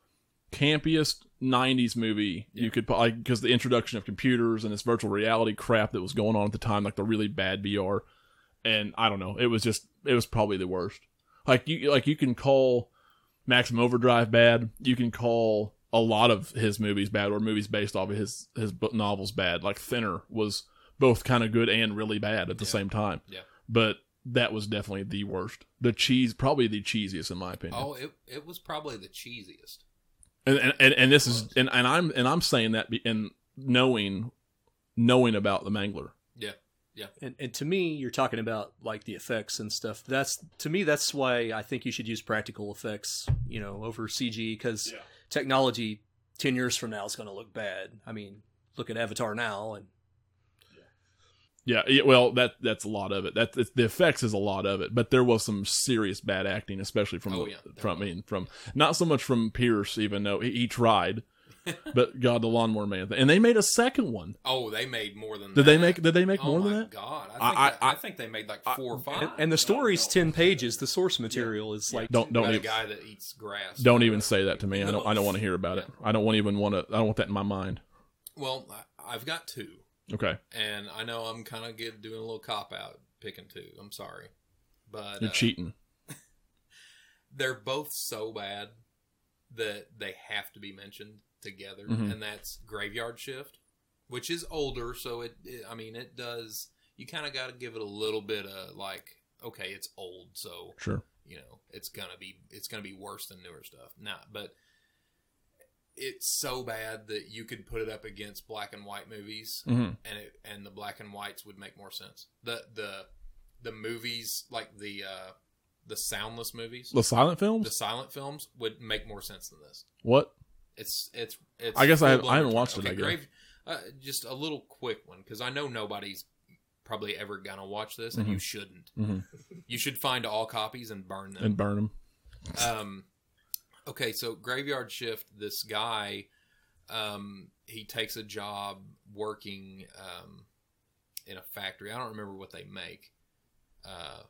Speaker 1: campiest 90s movie you
Speaker 2: Yeah.
Speaker 1: could po- like because the introduction of computers and this virtual reality crap that was going on at the time like the really bad VR and I don't know it was just it was probably the worst like you like you can call Maximum Overdrive bad you can call a lot of his movies bad or movies based off of his his book novels bad like Thinner was both kind of good and really bad at the
Speaker 2: Yeah.
Speaker 1: same time
Speaker 2: Yeah.
Speaker 1: but that was definitely the worst the cheese probably the cheesiest in my opinion
Speaker 2: Oh, it it was probably the cheesiest.
Speaker 1: and and, and, and this is and, and I'm and I'm saying that be- and knowing knowing about the mangler.
Speaker 3: And, and to me, you're talking about like the effects and stuff. That's to me, that's why I think you should use practical effects, you know, over CG because
Speaker 1: Yeah.
Speaker 3: technology ten years from now is going to look bad. I mean, look at Avatar now, and
Speaker 1: Yeah, yeah, well, that that's a lot of it. That that's- the effects is a lot of it, but there was some serious bad acting, especially from
Speaker 2: Oh,
Speaker 1: the-
Speaker 2: yeah, there
Speaker 1: from I
Speaker 2: was.
Speaker 1: mean from not so much from Pierce, even though he, he tried, but God, the Lawnmower Man, and they made a second one.
Speaker 2: Oh, they made more than.
Speaker 1: Did
Speaker 2: that.
Speaker 1: they make? Did they make
Speaker 2: oh
Speaker 1: more
Speaker 2: my
Speaker 1: than that?
Speaker 2: God, I think,
Speaker 1: I-
Speaker 2: that-
Speaker 1: I-
Speaker 2: I think they made like four or five.
Speaker 3: And, and the story's
Speaker 2: No, no.
Speaker 3: ten pages. The source material is like
Speaker 1: Don't
Speaker 2: About
Speaker 1: don't
Speaker 2: a
Speaker 1: even,
Speaker 2: guy that eats grass.
Speaker 1: don't even say that to me. I don't I don't want to hear about it.
Speaker 2: Yeah.
Speaker 1: I don't want even want to. I don't want that in my mind.
Speaker 2: Well, I- I've got two,
Speaker 1: Okay,
Speaker 2: and I know I'm kind of get doing a little cop out picking two. I'm sorry, but
Speaker 1: you're
Speaker 2: uh,
Speaker 1: cheating.
Speaker 2: they're both so bad that they have to be mentioned together,
Speaker 1: Mhm.
Speaker 2: and that's Graveyard Shift, which is older, so it, it I mean, it does. You kind of got to give it a little bit of like, okay, it's old, so
Speaker 1: Sure.
Speaker 2: you know it's gonna be it's gonna be worse than newer stuff nah but it's so bad that you could put it up against black and white movies
Speaker 1: hmm
Speaker 2: and it and the black and whites would make more sense the the the movies like the uh the soundless movies
Speaker 1: The silent
Speaker 2: the
Speaker 1: films.
Speaker 2: silent films would make more sense than this
Speaker 1: What?
Speaker 2: it's it's it's
Speaker 1: I guess I have-
Speaker 2: full-blown
Speaker 1: I haven't
Speaker 2: retard.
Speaker 1: watched it, I guess.
Speaker 2: uh, just a little quick one because i know nobody's probably ever gonna watch this and you shouldn't
Speaker 1: Mhm.
Speaker 2: you should find all copies and burn them
Speaker 1: And burn them.
Speaker 2: um, okay, so graveyard shift. This guy, um, he takes a job working um, in a factory. I don't remember what they make, uh,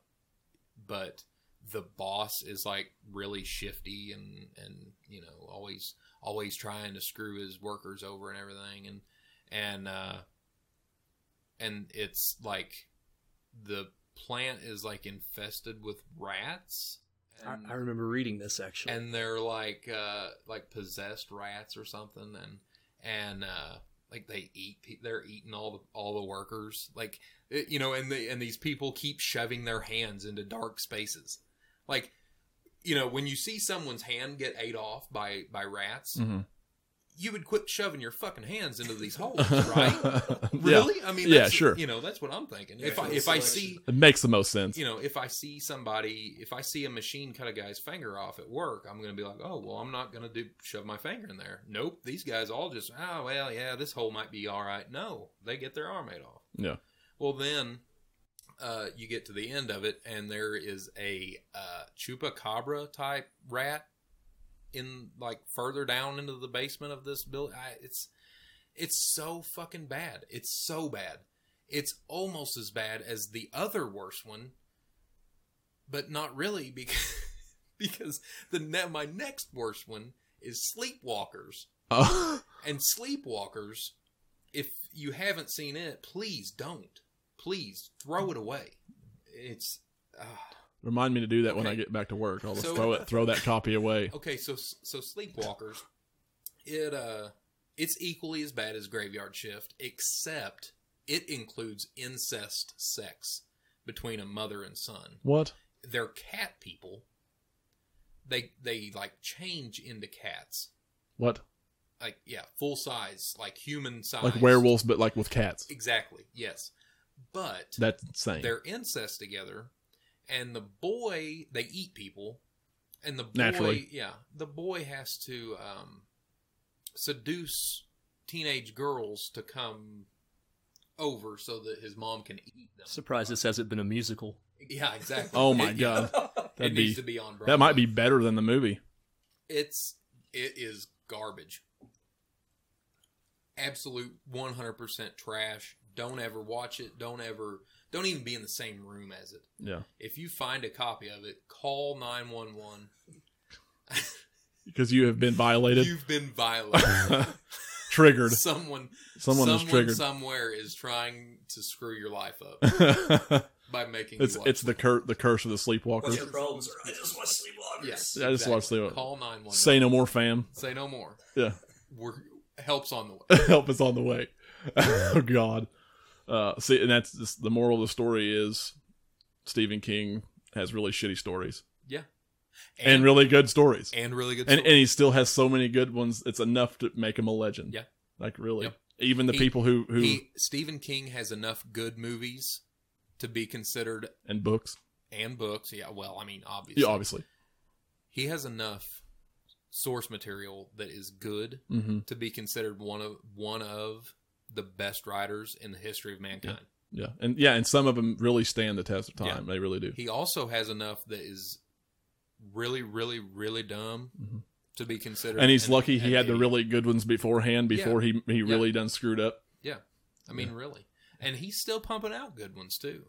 Speaker 2: but the boss is like really shifty and and you know always always trying to screw his workers over and everything and and uh, and it's like the plant is like infested with rats.
Speaker 3: I,
Speaker 2: and-
Speaker 3: I remember reading this actually.
Speaker 2: and they're like uh like possessed rats or something and and uh like they eat pe- they're eating all the all the workers like it, you know and the and these people keep shoving their hands into dark spaces like you know when you see someone's hand get ate off by by rats
Speaker 1: hmm
Speaker 2: you would quit shoving your fucking hands into these holes right really i mean
Speaker 1: Yeah,
Speaker 2: that's-
Speaker 1: sure.
Speaker 2: you know that's what i'm thinking if
Speaker 4: Yeah,
Speaker 2: i
Speaker 4: it's
Speaker 2: if i
Speaker 4: selection.
Speaker 2: see
Speaker 1: It makes the most sense.
Speaker 2: you know, if I see somebody, if I see a machine cut a guy's finger off at work, I'm going to be like, oh, well, I'm not going to do shove my finger in there. Nope. These guys all just, oh, well, yeah, this hole might be all right. No, they get their arm made off.
Speaker 1: Yeah.
Speaker 2: Well, then uh, you get to the end of it, and there is a uh, chupacabra type rat in like further down into the basement of this building. I, it's it's so fucking bad. It's so bad. It's almost as bad as the other worse one, but not really because because the ne- my next worst one is Sleepwalkers
Speaker 1: Oh.
Speaker 2: and Sleepwalkers. If you haven't seen it, please don't. Please throw it away. It's ah.
Speaker 1: Remind me to do that when I
Speaker 2: Okay.
Speaker 1: get back to work. I'll just
Speaker 2: So-
Speaker 1: throw it, throw that copy away.
Speaker 2: okay. So so Sleepwalkers, it uh, it's equally as bad as Graveyard Shift, except it includes incest sex between a mother and son.
Speaker 1: What?
Speaker 2: they're cat people. They they like change into cats,
Speaker 1: What?
Speaker 2: like yeah, full size, like human size,
Speaker 1: Like werewolves, but like with cats.
Speaker 2: Exactly. Yes, but
Speaker 1: That's insane.
Speaker 2: they're incest together, and the boy they eat people, and the boy
Speaker 1: Naturally.
Speaker 2: yeah the boy has to um, seduce teenage girls to come over so that his mom can eat them.
Speaker 3: Surprised this hasn't been a musical.
Speaker 2: Yeah, exactly.
Speaker 1: Oh my
Speaker 2: It-
Speaker 1: god,
Speaker 2: It
Speaker 1: that'd
Speaker 2: needs
Speaker 1: be
Speaker 2: to be on. Broadway.
Speaker 1: that might be better than the movie.
Speaker 2: it's it is garbage absolute 100% trash don't ever watch it don't ever don't even be in the same room as it
Speaker 1: Yeah,
Speaker 2: if you find a copy of it call 911
Speaker 1: because you have been violated,
Speaker 2: you've been violated
Speaker 1: triggered.
Speaker 2: someone
Speaker 1: Someone is triggered.
Speaker 2: somewhere is trying to screw your life up by making
Speaker 1: it's
Speaker 2: you watch
Speaker 1: it's the cur- the curse of the sleepwalker.
Speaker 4: What's your problem, sir? I just want sleepwalkers.
Speaker 2: yes
Speaker 1: I just watched
Speaker 2: exactly.
Speaker 1: the-
Speaker 2: call 911 say,
Speaker 1: Say no more, fam.
Speaker 2: no more
Speaker 1: Yeah,
Speaker 2: we're help's on the way
Speaker 1: help is on the way. oh God. Uh, see, and that's just, the moral of the story is Stephen King has really shitty stories
Speaker 2: yeah
Speaker 1: and, really good stories,
Speaker 2: and really good
Speaker 1: and
Speaker 2: story.
Speaker 1: and he still has so many good ones. It's enough to make him a legend.
Speaker 2: Yeah.
Speaker 1: like really.
Speaker 2: Yep.
Speaker 1: Even the
Speaker 2: He-
Speaker 1: people who who
Speaker 2: he Stephen King has enough good movies to be considered
Speaker 1: and books.
Speaker 2: and books. Yeah, well, I mean, obviously,
Speaker 1: Yeah, obviously.
Speaker 2: he has enough source material that is good
Speaker 1: Mm-hmm.
Speaker 2: to be considered one of one of the best writers in the history of mankind.
Speaker 1: Yeah, and yeah, and some of them really stand the test of time. They really do.
Speaker 2: He also has enough that is really, really, really dumb
Speaker 1: Mhm.
Speaker 2: to be considered.
Speaker 1: And he's
Speaker 2: an-
Speaker 1: lucky
Speaker 2: an
Speaker 1: he had the
Speaker 2: idiot.
Speaker 1: really good ones beforehand before he he really done screwed up.
Speaker 2: I mean, really. And he's still pumping out good ones too.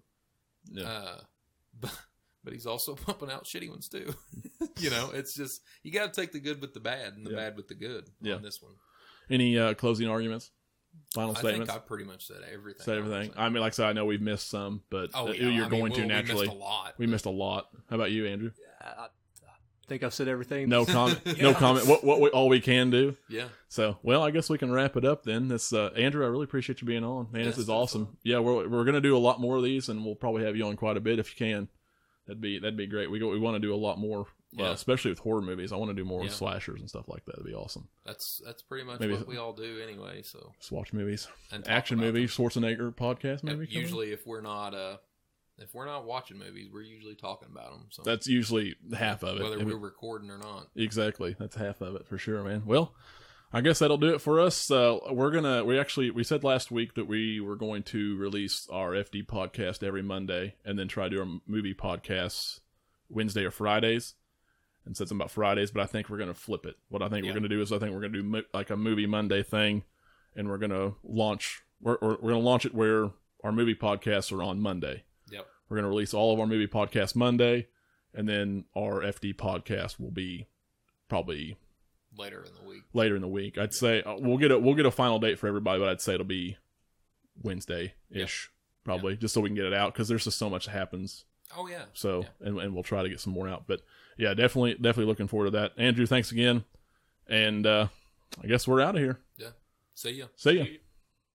Speaker 1: Yeah.
Speaker 2: Uh, but, but he's also pumping out shitty ones too. you know, it's just you got to take the good with the bad and the
Speaker 1: Yeah.
Speaker 2: bad with the good
Speaker 1: Yeah.
Speaker 2: on this one.
Speaker 1: Any uh, closing arguments? Final
Speaker 2: I think
Speaker 1: statements?
Speaker 2: I pretty much said everything.
Speaker 1: Say everything. I mean, like I said, I know we've missed some, but
Speaker 2: oh,
Speaker 1: uh,
Speaker 2: yeah.
Speaker 1: you're
Speaker 2: I mean,
Speaker 1: going
Speaker 2: well,
Speaker 1: to naturally.
Speaker 2: We missed a lot.
Speaker 1: We missed a lot. How about you, Andrew?
Speaker 3: I, I think I've said everything.
Speaker 1: No comment. No
Speaker 2: Yeah.
Speaker 1: comment. What what we, all we can do.
Speaker 2: Yeah.
Speaker 1: So, well, I guess we can wrap it up then. This uh, Andrew, I really appreciate you being on. Man,
Speaker 2: Yeah,
Speaker 1: this
Speaker 2: it's
Speaker 1: is
Speaker 2: been
Speaker 1: awesome.
Speaker 2: fun.
Speaker 1: Yeah, we're we're gonna do a lot more of these, and we'll probably have you on quite a bit if you can. That'd be that'd be great. We go, we want to do a lot more, uh,
Speaker 2: Yeah.
Speaker 1: especially with horror movies. I want to do more with
Speaker 2: Yeah.
Speaker 1: slashers and stuff like that. That'd be awesome.
Speaker 2: That's that's pretty much
Speaker 1: Maybe-
Speaker 2: what we all do anyway. So
Speaker 1: Just watch movies,
Speaker 2: and talk
Speaker 1: action
Speaker 2: about
Speaker 1: movie,
Speaker 2: them.
Speaker 1: Schwarzenegger podcast
Speaker 2: And
Speaker 1: maybe. coming?
Speaker 2: Usually, if we're not uh, if we're not watching movies, we're usually talking about them. So
Speaker 1: that's usually half of it.
Speaker 2: whether
Speaker 1: If
Speaker 2: we're
Speaker 1: it-
Speaker 2: recording or not.
Speaker 1: Exactly. That's half of it for sure, man. Well, I guess that'll do it for us. Uh, we're gonna we actually we said last week that we were going to release our FD podcast every Monday and then try to do our movie podcasts Wednesday or Fridays. And said something about Fridays, but I think we're gonna flip it. What I think
Speaker 2: Yeah.
Speaker 1: we're gonna do is I think we're gonna do mo- like a movie Monday thing, and we're gonna launch we're we're, we're gonna launch it where our movie podcasts are on Monday.
Speaker 2: Yep.
Speaker 1: We're going to release all of our movie podcasts Monday, and then our FD podcast will be probably
Speaker 2: Later in the week.
Speaker 1: later in the week. I'd say uh, we'll get a we'll get a final date for everybody, but I'd say it'll be Wednesday ish, probably, just so we can get it out because there's just so much that happens.
Speaker 2: Oh yeah.
Speaker 1: So
Speaker 2: Yeah.
Speaker 1: and and we'll try to get some more out. But yeah, definitely definitely looking forward to that. Andrew, thanks again, and uh, I guess we're out of here.
Speaker 2: See ya.
Speaker 1: See ya.